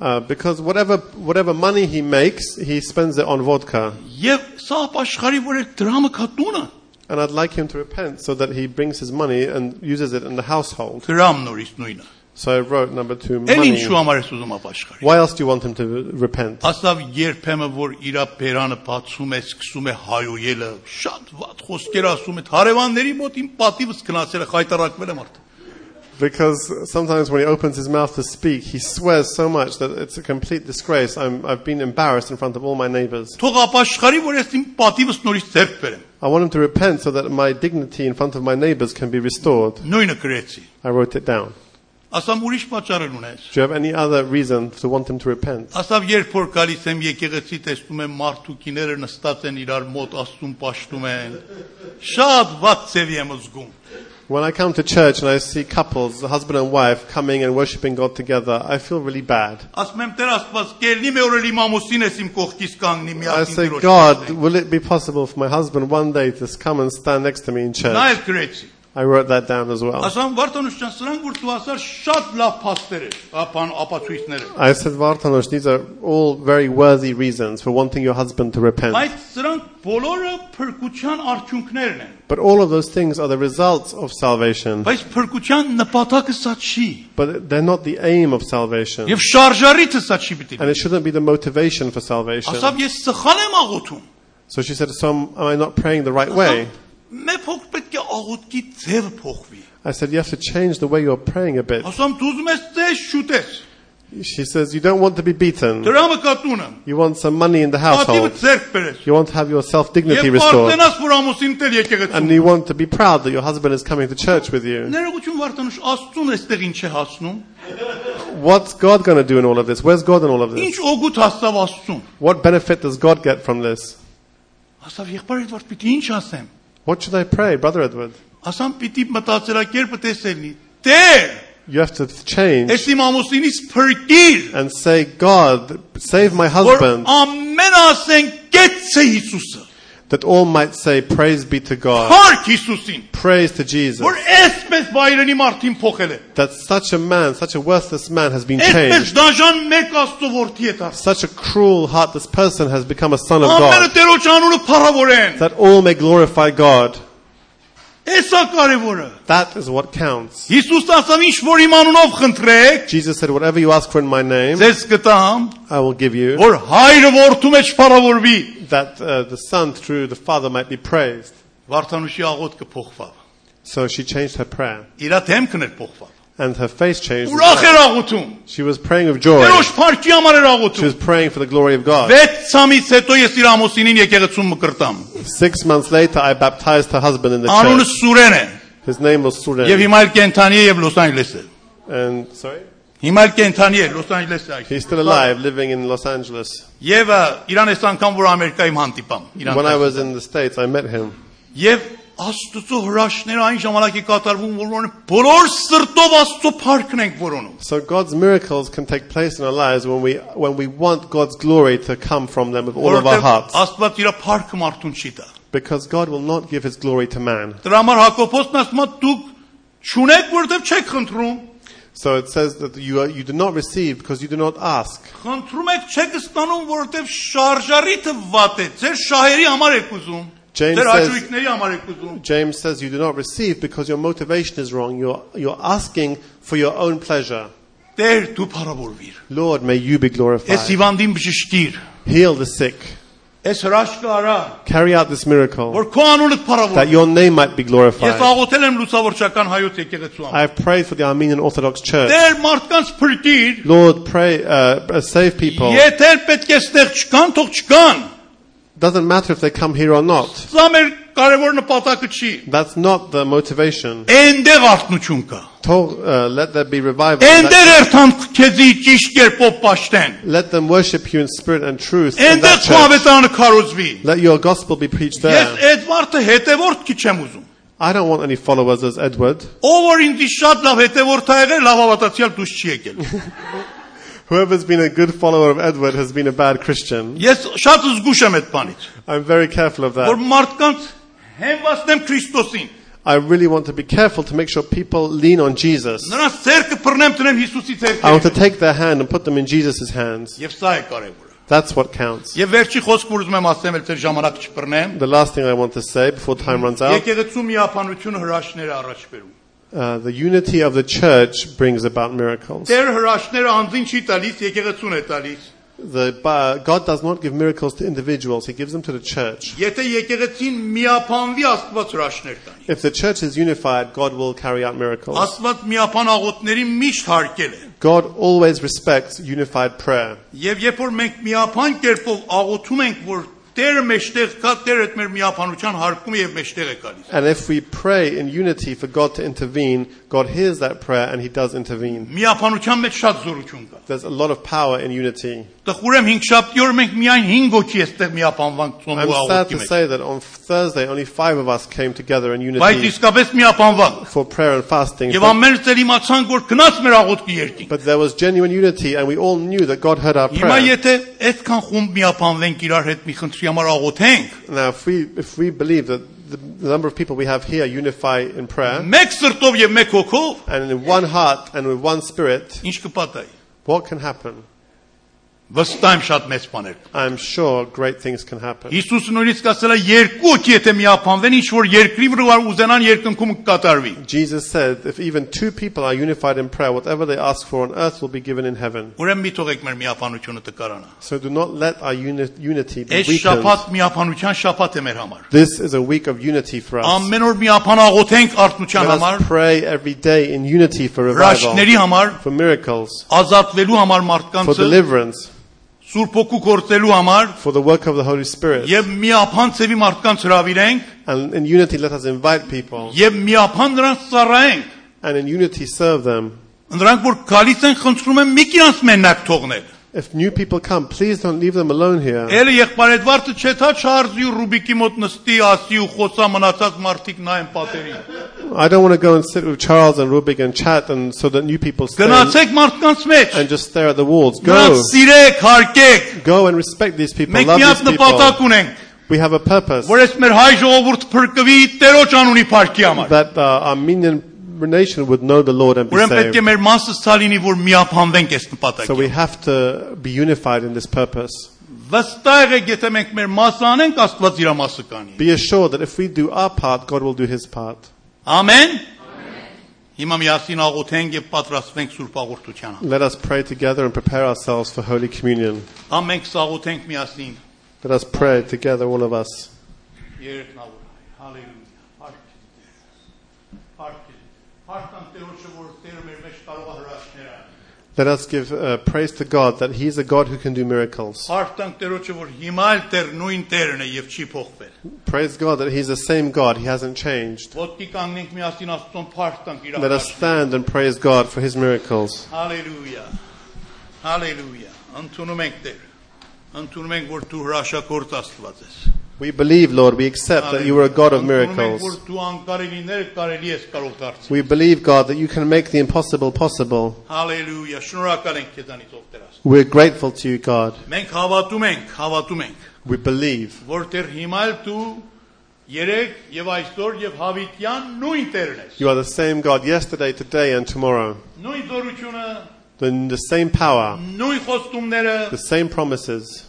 Uh, because whatever, whatever money he makes, he spends it on vodka.
եւ սա ապաշխարի որ էլ դրամը կա տունը
And I'd like him to repent so that he brings his money and uses it in the household.
դրամ նորից նույնը
So I wrote number two,
Էլ
money.
ինչու համար ես ուզում ապաշխարի։
Why else do you want him to repent?
Ասավ երբեմն որ իր բերանը բացում է, սկսում է հայոյելը, շատ ված խոսքեր ասում է, հարևանների մոտ իմ պատիվս գնացել է, խայտարակվել եմ արդեն։
Because sometimes when he opens his mouth to speak, he swears so much that it's a complete disgrace. I'm, I've been embarrassed in front of all my neighbors.
Թող ապաշխարի, որ ես իմ պատիվս նորից ձեռք բերեմ։
I want him to repent so that my dignity in front of my neighbors can be restored.
Նույնը գրեցի։
I wrote it down.
Ասամ ուրիշ պատճառ էլ ունես։
Do you have any other reason to want him to repent?
Ասավ երբ որ գալիս եմ եկեղեցի, տեսնում եմ մարդուկիները նստած են իրար մոտ, աստուն պաշտում են։ Շատ ված ծեվի եմ զգում։
When I come to church and I see couples, husband and wife, coming and worshipping God together, I feel really bad.
Ասում եմ Տեր Աստված, կերնի մի օր էլ իմ ամուսինս իմ կողքից կանգնի մի
I
հատ
say,
դիրոշ
God,
կզնենք»։
will it be possible for my husband one day to come and stand next to me
Նա
in church?
էլ գրեցի։
I wrote that down as well.
Ասում Վարդանուշյան սրանք որ դու ասար շատ լավ փաստեր են, ապան ապացույցներ են։
I said, Vartanos, these are all very worthy reasons for wanting your husband to repent.
Բայց սրանք բոլորը փրկության արդյունքներն են։
But all of those things are the results of salvation,
Բայց փրկության նպատակը սա չի։
but they're not the aim of salvation.
Եվ շարժարիտը սա չի պիտի։
And it shouldn't be the motivation for salvation.
Ասում ես սխալ եմ աղոթում։
So she said, So am I not praying the right way?
Մե փոք պետք է աղոթքի ձևը փոխվի։
I said, You have to change the way you're praying a bit.
Ասում դու ուզում ես ծես շուտես։
She says, You don't want to be beaten.
Դրամը կատունը։
You want some money in the
Պատիվը
household.
ձերք բերես։
You want to have your self dignity
Եվ
restored.
պարտենաս որ ամուսինդ էլ եկեղեցու։
And you want to be proud that your husband is coming to church with you.
Ներողություն Վարդանուշ, Աստծուն էստեղ ինչ է հասնում։
What's God going to do in all of this? Where's God in all of this?
Ինչ օգուտ հասավ Աստծուն։
What benefit does God get from this?
Ասավ եղբայր Էդվարդ պիտի ինչ ասեմ։
What should I pray, Brother Edward?
Ասամ պիտի մտածելակերպը տեսելնի։ Տեր,
You have to change
ես իմ ամուսինից փրկիր,
and say, God, save my
որ
husband,
ամեն ասեն կեց է Հիսուսը։
that all might say, Praise be to God,
Փառք Հիսուսին,
praise to Jesus.
որ այսպես վայրենի մարդին փոխել է։
That such a man, such a worthless man has been
Այսպես
changed.
դաժան մեկ Աստծո որդի է դարձել։
Such a cruel, heartless person has become a son of
Ամենը
God.
Տերոջ անունը փառավորեն։
That all may glorify God.
Էսա կարևորը։
That is what counts.
Հիսուսը ասավ ինչ որ իմ անունով խնդրեք,
Jesus said, Whatever you ask for in my name,
ձեզ կտամ,
I will give you.
որ հայրը որդու մեջ փառավորվի։
That uh, the Son through the Father might be praised.
Վարդանուշի աղոթքը փոխվավ։
So she changed her prayer,
Իրա դեմքն էր փոխվավ։
and her face changed. as
Ուրախ
well.
էր աղոթում։
She was praying with joy.
Տերոջ փառքի համար էր
She was
աղոթում։
praying for the glory of God.
6 ամիս հետո ես իր ամուսինին եկեղեցում մկրտամ։
Six months later, I baptized her husband in the
Անունը
church.
Սուրեն է
His name was
եւ
Suren.
հիմա էլ կենթանի է եւ Լոս Անջելեսը։
And sorry,
Հիմա էլ կենթանի է Լոս Անջելեսը
he's
այս։
still alive, living in Los Angeles.
Եվ ա, իրան այս անգամ որ Ամերիկայում հանդիպամ, իրան։
When I was in the States, I met him.
Եվ Աստծո հրաշները այն ժամանակ է կատարվում, որ օրն բոլոր սրտով Աստծո փառքն ենք որոնում։
So God's miracles can take place in our lives when we when we want God's glory to come from them with all of our
Որովհետև
hearts
Աստված իր փառքը մարդուն չի տա։
because God will not give his glory to man.
Դրա համար Հակոբոսն ասում է՝ դուք ճունեք, որովհետև չեք խնդրում։
So it says that you are, you do not receive because you do not ask.
Խնդրում եք չեք ստանում, որովհետև շարժարիթը վատ է։ Ձեր շահերի համար եք ուզում։
James
Ձեր
says-
աճույքների համար եք ուզում։
James says you do not receive because your motivation is wrong. You're you're asking for your own pleasure.
Տեր դու փառավորվիր։
Lord, may you be
Այս
glorified.
հիվանդին բժշկիր։
Heal the sick.
Այս հրաշքը արա,
Carry out this miracle
որ քո անունը
that
փառավորվի։
your name might be
Ես
glorified.
աղոթել եմ լուսավորչական հայոց եկեղեցու համար։
I have prayed for the Armenian Orthodox Church.
Տեր մարդկանց փրկիր։
Lord, pray uh, save people.
Եթե պետք է ստեղ չկան, թող չկան։
Doesn't matter if they come here or not.
Սա մեր կարևոր նպատակը չի։
That's not the motivation.
Էնդեղ արտնություն կա։
Tell, uh, let there be revival. Let,
Էնդեղ երթանք քեզի ճիշտ կերպով պաշտեն։
let them worship you in spirit and truth. In
Էնդեղ
that
քո
church.
ավետարանը քարոզվի։
Let your gospel be preached
Ես
there.
այդ մարդը հետևորդ քի չեմ ուզում։
I don't want any followers as Edward.
Ով որ ինձ շատ լավ հետևորդ ա եղել, լավ հավատացյալ դուս չի եկել։
Whoever's been a good follower of Edward has been a bad Christian.
Ես շատ զգուշ եմ այդ բանից,
I'm very careful of
որ
that.
մարդկանց հենվացնեմ Քրիստոսին։
I really want to be careful to make sure people lean on Jesus.
Նրանց ցերկը բռնեմ տնեմ Հիսուսի
I want to
ցերկը։
take their hand and put them in Jesus' hands.
Եվ սա է կարևորը։
That's what counts.
Եվ վերջի խոսքը որ ուզում եմ ասեմ, էլ ձեր ժամանակ չբռնեմ։
The last thing I want to say before time runs out
Եկեղեցու միապանությունը հրաշները առաջ բերում։
uh, the unity of the church brings about miracles.
Տեր հրաշները անձին չի տալիս, եկեղեցուն է տալիս։
The, uh, God does not give miracles to individuals, He gives them to the church.
Եթե եկեղեցին միապանվի Աստված հրաշներ տանի։
If the church is unified, God will carry out miracles.
Աստված միապան աղոթների միշտ հարկել է։
God always respects unified prayer.
Եվ երբ որ մենք միապան կերպով աղոթում ենք, որ Տերը մեջտեղ կա, Տերը այդ մեր միապանության հարկում է եւ մեջտեղ է գալիս։
And if we pray in unity for God to intervene, God hears that prayer and He does intervene.
Միապանության մեջ շատ զորություն կա։
There's a lot of power in unity.
Տխուրեմ 5-7-ի օր մենք միայն 5 հոգի էստեղ միապանվանք ծնու
I'm
աղոթքի
sad to
մեջ։
say that on Thursday, only five of us came together in
Բայց
unity
իսկապես միապանվանք։
for prayer and fasting.
Եվ
But,
ամենից էլ իմացանք, որ գնաց մեր աղոթքի երկին։
but there was genuine unity, and we all knew that God heard our
Հիմա
prayer.
եթե այդքան խումբ միապանվենք իրար հետ մի խնդրի համար աղոթենք,
Now, if we, if we believe that the the number of people we have here unify in prayer,
մեկ սրտով եւ մեկ հոգով,
and in one heart and with one spirit,
ինչ կպատահի։
what can happen?
Վստահ եմ շատ մեծ բաներ։
I'm sure great things can happen.
Հիսուսը նորից ասել է երկու օքի եթե միապանվեն, ինչ որ երկրի վրա ուզենան երկնքում կկատարվի։
Jesus said, if even two people are unified in prayer, whatever they ask for on earth will be given in heaven.
Ուրեմն մի թողեք մեր միապանությունը տկարանա։
So do not let our uni- unity be
Այս
weakened.
շաբաթ միապանության շաբաթ է մեր համար։
This is a week of unity for us.
Ամեն օր միապան աղոթենք արթնության
Let us
համար,
pray every day in unity for revival,
հրաշների համար,
for miracles,
ազատվելու համար
for
մարդկանց
deliverance,
Սուրբ ոգու գործելու համար
for the work of the Holy Spirit.
եւ միապան ծեվի մարդկանց հravirենք
And in unity, let us invite people.
եւ միապան նրանց ծառայենք։
And in unity, serve them.
Նրանք որ գալիս են խնդրում են մի քիչ մենակ թողնել։
If new people come, please don't leave them alone here.
Էլի եղբայր Էդվարդը չէ թա շարժի ու Ռուբիկի մոտ նստի, ասի ու խոսա մնացած մարդիկ նայեն պատերին։
I don't want to go and sit with Charles and Rubik and chat and so that new people stay and
Գնացեք մարդկանց մեջ։
and just stare at the walls. Go.
Նրանց սիրեք, հարգեք։
Go and respect these people.
Մենք
Love
միած
these people.
նպատակ ունենք,
We have a purpose
որ այս մեր հայ ժողովուրդ փրկվի Տերոջ անունի փառքի համար։
that the Armenian nation would know the Lord and be
Ուրեմն պետք է
saved.
մեր մասը ցա լինի, որ միապանվենք այս
So
նպատակին։
we have to be unified in this purpose.
Վստահ եք, եթե մենք մեր մասը անենք, Աստված իր մասը կանի։
Be assured that if we do our part, God will do His part.
Ամեն։ Հիմա միասին աղոթենք եւ պատրաստվենք Սուրբ աղոթության։ համար։
Let us pray together and prepare ourselves for Holy Communion.
Ամենք աղոթենք միասին։
Let us pray together, all of us.
Երկնավոր Հայր, հալելույա, հարգելի Տեր, հարգելի Տեր, հարգան Տերոջը, որ Տերը մեր մեջ կարող է հրաշքներ անել։
Let us give uh, praise to God that He is a God who can do miracles.
Հարգան Տերոջը, որ հիմա էլ Տեր նույն Տերն է եւ չի փոխվել։
Praise God that He is the same God. He hasn't changed.
Ոտքի կանգնենք միասին Աստծուն փառտանք իր
Let us stand and praise God for His miracles.
Հալելույա։ Հալելույա։ Ընդունում ենք Տեր։ Ընդունում ենք, որ դու հրաշագործ Աստված ես։
We believe, Lord, we accept that you are a God of
Ալելույա։ Ընդունում ենք, որ
miracles.
դու անկարելիները կարելի ես կարող դարձնել։
We believe, God, that you can make the impossible possible.
Հալելույա, շնորհակալ ենք քեզանից ով դրաս։
We're grateful to you, God.
Մենք հավատում ենք, հավատում ենք,
We believe
որտեղ հիմա էլ դու երեք եւ այսօր եւ հավիտյան նույն Տերն ես։
you are the same God yesterday, today, and tomorrow.
Նույն զորությունը,
The, the same power,
նույն խոստումները,
the same promises,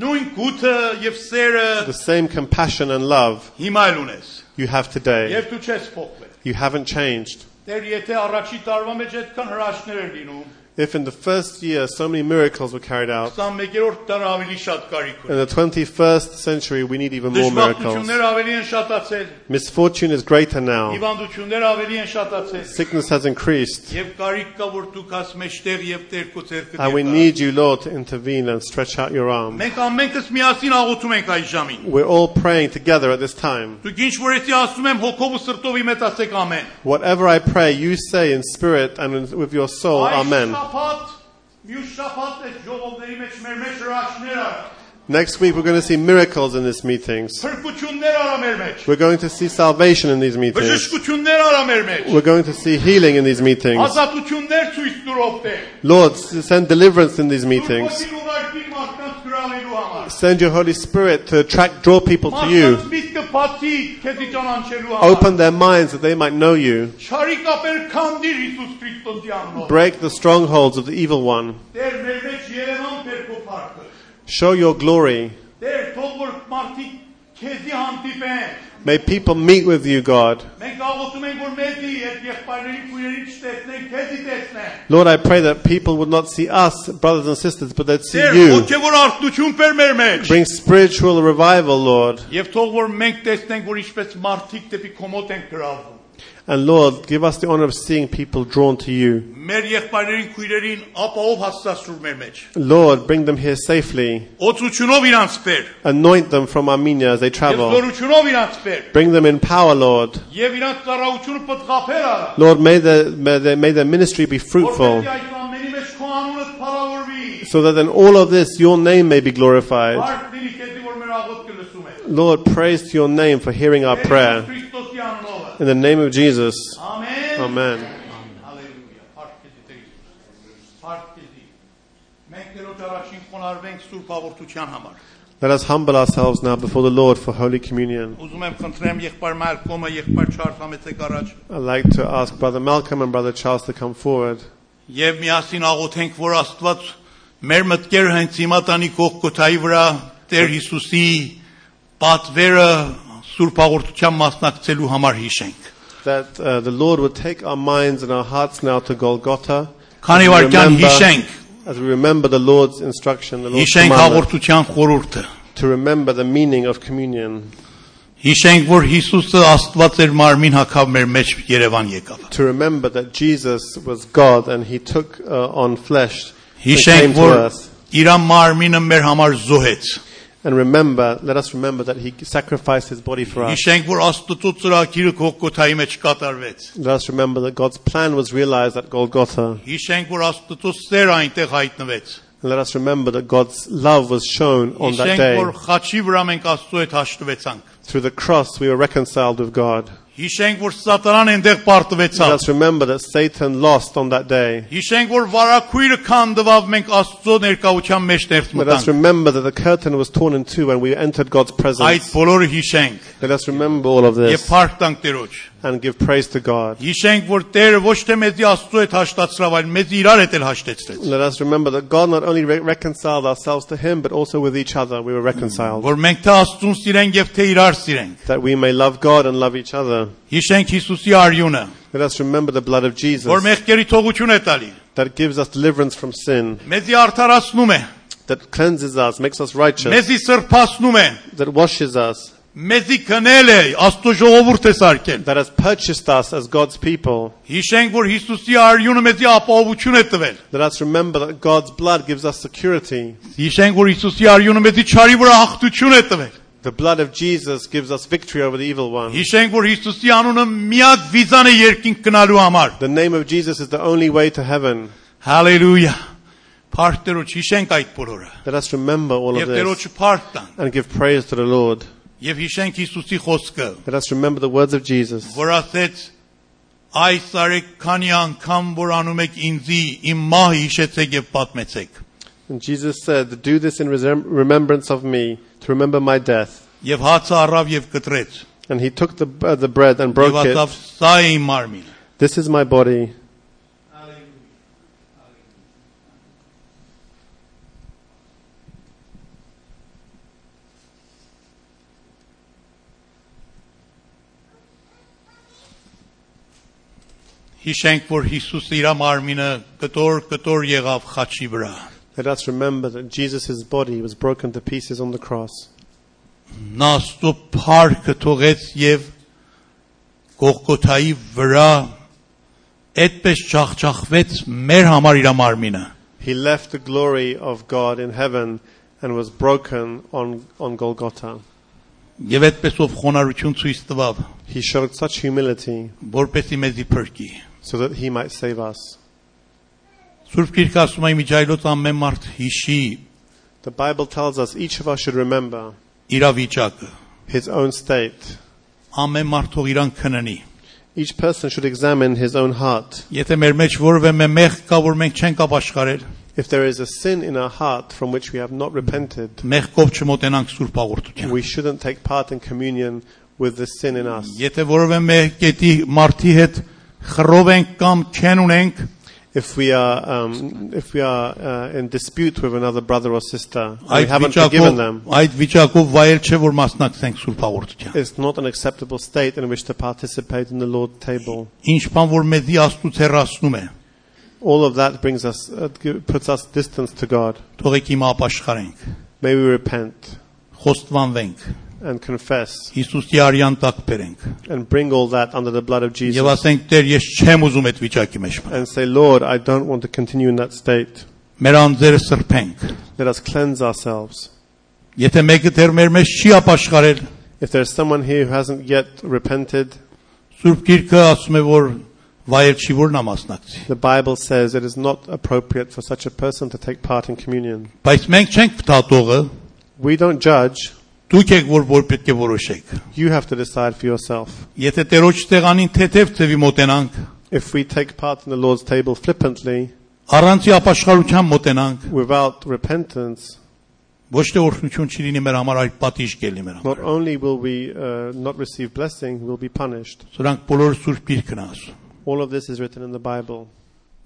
նույն գութը եւ սերը
the same compassion and love
հիմա էլ ունես։
you have today.
Եվ դու չես փոխվել։
You haven't changed.
Տեր, եթե առաջի տարվա մեջ այդքան հրաշքներ էր լինում,
If in the first year so many miracles were carried out,
21-րդ տարի ավելի շատ կարիք
in
ունի։
the 21st century we need even more miracles.
Դժվարությունները ավելի են շատացել,
Misfortune is greater now.
հիվանդությունները ավելի են շատացել։
Sickness has increased.
Եվ կարիք կա, որ դու քաս մեջտեղ եւ Տերկու ցերկը։
And we need you, Lord, to intervene and stretch out your arm.
Մենք ամենքս միասին աղոթում ենք այս ժամին։
We're all praying together at this time.
Դուք ինչ որ էսի ասում եմ հոգով ու սրտով իմեծ ասեք ամեն։
Whatever I pray, you say in spirit and in- with your soul, Amen.
Շաբաթ, մյուս շաբաթ է ժողովների մեջ մեր մեջ հրաշքներ արա։
Next week, we're going to see miracles in these meetings.
Փրկություններ արա մեր մեջ։
We're going to see salvation in these meetings.
Բժշկություններ արա մեր մեջ։
We're going to see healing in these meetings.
Ազատություններ ցույց տուրով տեղ։
Lord, s- send deliverance in these meetings.
Ուրբոցին ուղարկի մարդկանց գրավելու համար։
Send your Holy Spirit to attract, draw people to you.
Մարդկանց միտքը բացի քեզի ճանաչելու համար։
Open their minds that they might know you.
Չարի կապեր քանդիր Հիսուս Քրիստոսի անունով։
Break the strongholds of the evil one.
Տեր մեր մեջ Երևան Տերկու փառքը։
Show your glory.
Տեր թող որ մարդիկ քեզի հանդիպեն։
May people meet with you, God.
Մենք աղոթում ենք որ մեզի այդ եղբայրների քույրերի չտեսնեն, քեզի տեսնեն։
Lord, I pray that people would not see us, brothers and sisters, but they'd see
Տեր
you.
ոգևոր արտություն բեր մեր մեջ։
Bring spiritual revival, Lord.
Եվ թող որ մենք տեսնենք որ ինչպես մարդիկ դեպի կոմոտ են գրավում։
And Lord, give us the honor of seeing people drawn to you.
Մեր եղբայրներին քույրերին ապահով հասցասուր մեր մեջ։
Lord, bring them here safely.
Օծությունով իրանց բեր,
Anoint them from Armenia as they
եւ
travel.
զորությունով իրանց բեր,
Bring them in power, Lord.
եւ իրանց ծառայությունը պատղափեր արա։
Lord, may their, may their, may their ministry be fruitful,
Որպեսզի այս ամենի մեջ քո անունը փառավորվի։
so that in all of this your name may be glorified.
Բարձրի քեզի որ մեր աղոթքը լսում է։
Lord, praise to your name for hearing our prayer.
Քրիստոսի անունով։
In the name of Jesus.
Ամեն։
Amen.
Հալելույա։ Փառքեզի Տեր Հիսուս։ Փառքեզի։ Մենք ներոջ առաջին խոնարհվենք Սուրբ Հաղորդության համար։
Let us humble ourselves now before the Lord for Holy Communion.
Ուզում եմ խնդրեմ եղբայր Մարկոմը, եղբայր Չարլզ համեցեք առաջ
I'd like to ask Brother Malcolm and Brother Charles to come forward.
եւ միասին աղոթենք, որ Աստված մեր մտքերը հենց հիմա տանի Գողգոթայի վրա Տեր Հիսուսի պատվերը Սուրբ Հաղորդության մասնակցելու համար հիշենք։
That uh, the Lord would take our minds and our hearts now to Golgotha.
Քանի
As we
վարքյան
remember-
հիշենք,
As we remember the Lord's instruction, the Lord's
հիշենք
commandment,
հաղորդության խորհուրդը։
to remember the meaning of communion,
Հիշենք, որ Հիսուսը Աստված էր մարմին հակավ մեր մեջ Երևան եկավ։
to remember that Jesus was God and He took uh, on flesh and came
Հիշենք,
to
որ
us.
իր մարմինը մեր համար զոհեց։
And remember, let us remember that He sacrificed His body for us.
Հիշենք, որ Աստծո ծրագիրը Գողգոթայի մեջ կատարվեց։
Let us remember that God's plan was realized at Golgotha.
Հիշենք, որ Աստծո սերը այնտեղ հայտնվեց։
And let us remember that God's love was shown on that
Հիշենք,
day.
որ խաչի վրա մենք Աստծո հետ հաշտվեցանք։
Through the cross, we were reconciled with God.
Հիշենք, որ Սատանան այնտեղ
Let
պարտվեցավ։
us remember that Satan lost on that day.
Հիշենք, որ վարակույրը քանդվավ մենք Աստծո ներկայության մեջ ներս
Let us
մտանք։
remember that the curtain was torn in two when we entered God's
Այդ
presence.
բոլորը հիշենք
Let us remember all of
եւ
this
փառք տանք Տերոջ։
and give praise to God.
Հիշենք, որ Տերը ոչ թե մեզի Աստծո հետ հաշտացրավ, այլ մեզ իրար հետ էլ հաշտեցրեց,
Let us remember that God not only re- reconciled ourselves to Him, but also with each other we were reconciled.
որ մենք թե Աստծուն սիրենք եւ թե իրար սիրենք։
That we may love God and love each other.
Հիշենք Հիսուսի արյունը,
Let us remember the blood of
որ
Jesus
մեղքերի թողություն է տալի,
that gives us deliverance from sin,
մեզի արդարացնում է,
that cleanses us, makes us righteous,
մեզի սրբացնում է,
that washes us,
Մեզի քնել է Աստծո ժողովուրդ է սարքել։
that has purchased us as God's people.
Հիշենք, որ Հիսուսի արյունը մեզի ապահովություն է տվել։
Let us remember that God's blood gives us security.
Հիշենք, որ Հիսուսի արյունը մեզի չարի վրա հաղթություն է տվել։
The blood of Jesus gives us victory over the evil one.
Հիշենք, որ Հիսուսի անունը միակ վիզան է երկինք գնալու համար։
The name of Jesus is the only way to heaven.
Հալելույա։ Փառք Տերոջ, հիշենք այդ բոլորը։
Let us remember all
Եվ
of this
Տերոջը փառք տան։
and give praise to the Lord.
Եվ հիշենք Հիսուսի խոսքը,
Let us remember the words of Jesus.
որ ասեց. Այս տարեկանի անգամ որ անում եք ինձի իմ մահը հիշեցեք եւ պատմեցեք։
And Jesus said, Do this in resem- remembrance of me, to remember my death.
Եվ հացը առավ եւ կտրեց։
And he took the, uh, the bread and
Եվ
broke
ասավ.
it.
Սա է իմ մարմինը։
This is my body.
Հիշենք, որ Հիսուսը իր մարմինը կտոր-կտոր եղավ խաչի վրա։
Let us remember that Jesus' body was broken to pieces on the cross.
Նա աստու փառքը թողեց եւ Գողգոթայի վրա այդպես ճախճախվեց մեր համար իր մարմինը։
He left the glory of God in heaven and was broken on, on Golgotha.
Եվ այդպես ով խոնարհություն ցույց տվավ,
He showed such humility
որպեսի մեզի փրկի։
so that he might save us.
Սուրբ Գիրքը ասում է միջայլոց ամեն մարդ հիշի
The Bible tells us each of us should remember
իրավիճակը։
his own state.
Ամեն մարդ թող իրան քննի։
Each person should examine his own heart.
Եթե մեր մեջ որևէ մեղ կա, որ մենք չենք ապաշխարել,
If there is a sin in our heart from which we have not repented,
մեղքով չմոտենանք Սուրբ Հաղորդությանը։
we shouldn't take part in communion with the sin in us.
Եթե որևէ մեկետի մարտի հետ խռով ենք կամ չեն ունենք,
If we are, um, if we are uh, in dispute with another brother or sister, and we
այդ
haven't forgiven
վիճակով
them,
այդ վիճակով վայել չէ որ մասնակցենք Սուրբ Հաղորդության։
it's not an acceptable state in which to participate in the Lord's table.
Ինչ բան որ մեզի աստուց հեռացնում է,
All of that brings us, uh, gi- puts us distance to God.
թողեք իմ ապաշխարենք,
May we repent
խոստվանվենք,
and confess
Հիսուսի արյան տակ բերենք
and bring all that under the blood of
եւ
Jesus
ասենք Տեր, ես չեմ ուզում այդ վիճակի մեջ մնալ։
and say, Lord, I don't want to continue in that state.
Մեր անձերը սրբենք։
Let us cleanse ourselves.
Եթե մեկը դեռ մեր մեջ չի ապաշխարել,
If there's someone here who hasn't yet repented,
Սուրբ Գիրքը ասում է որ վայել չի որ նա մասնակցի։
the Bible says it is not appropriate for such a person to take part in communion.
Բայց մենք չենք փտատողը,
We don't judge.
դուք եք որ որ պետք է որոշեք։
You have to decide for yourself.
Եթե Տերոջ տեղանին թեթև ծևի մոտենանք,
If we take part in the Lord's table flippantly,
առանցի ապաշխարության մոտենանք,
without repentance,
ոչ թե օրհնություն չի լինի մեր համար, այլ պատիժ կլինի մեր համար։
not only will we uh, not receive blessing, we'll be punished.
Սրանք բոլորը Սուրբ Գիրքն է ասում։
All of this is written in the Bible.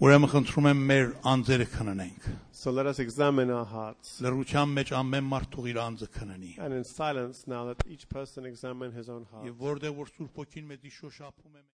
Ուրեմն խնդրում եմ մեր անձերը քննենք։
So let us examine our hearts.
Լրության մեջ ամեն մարդ ուղի իր անձը քննի։
And in silence, now let each person examine his own heart.
Եվ որտեղ որ Սուրբ Օքին մեզի շոշափում է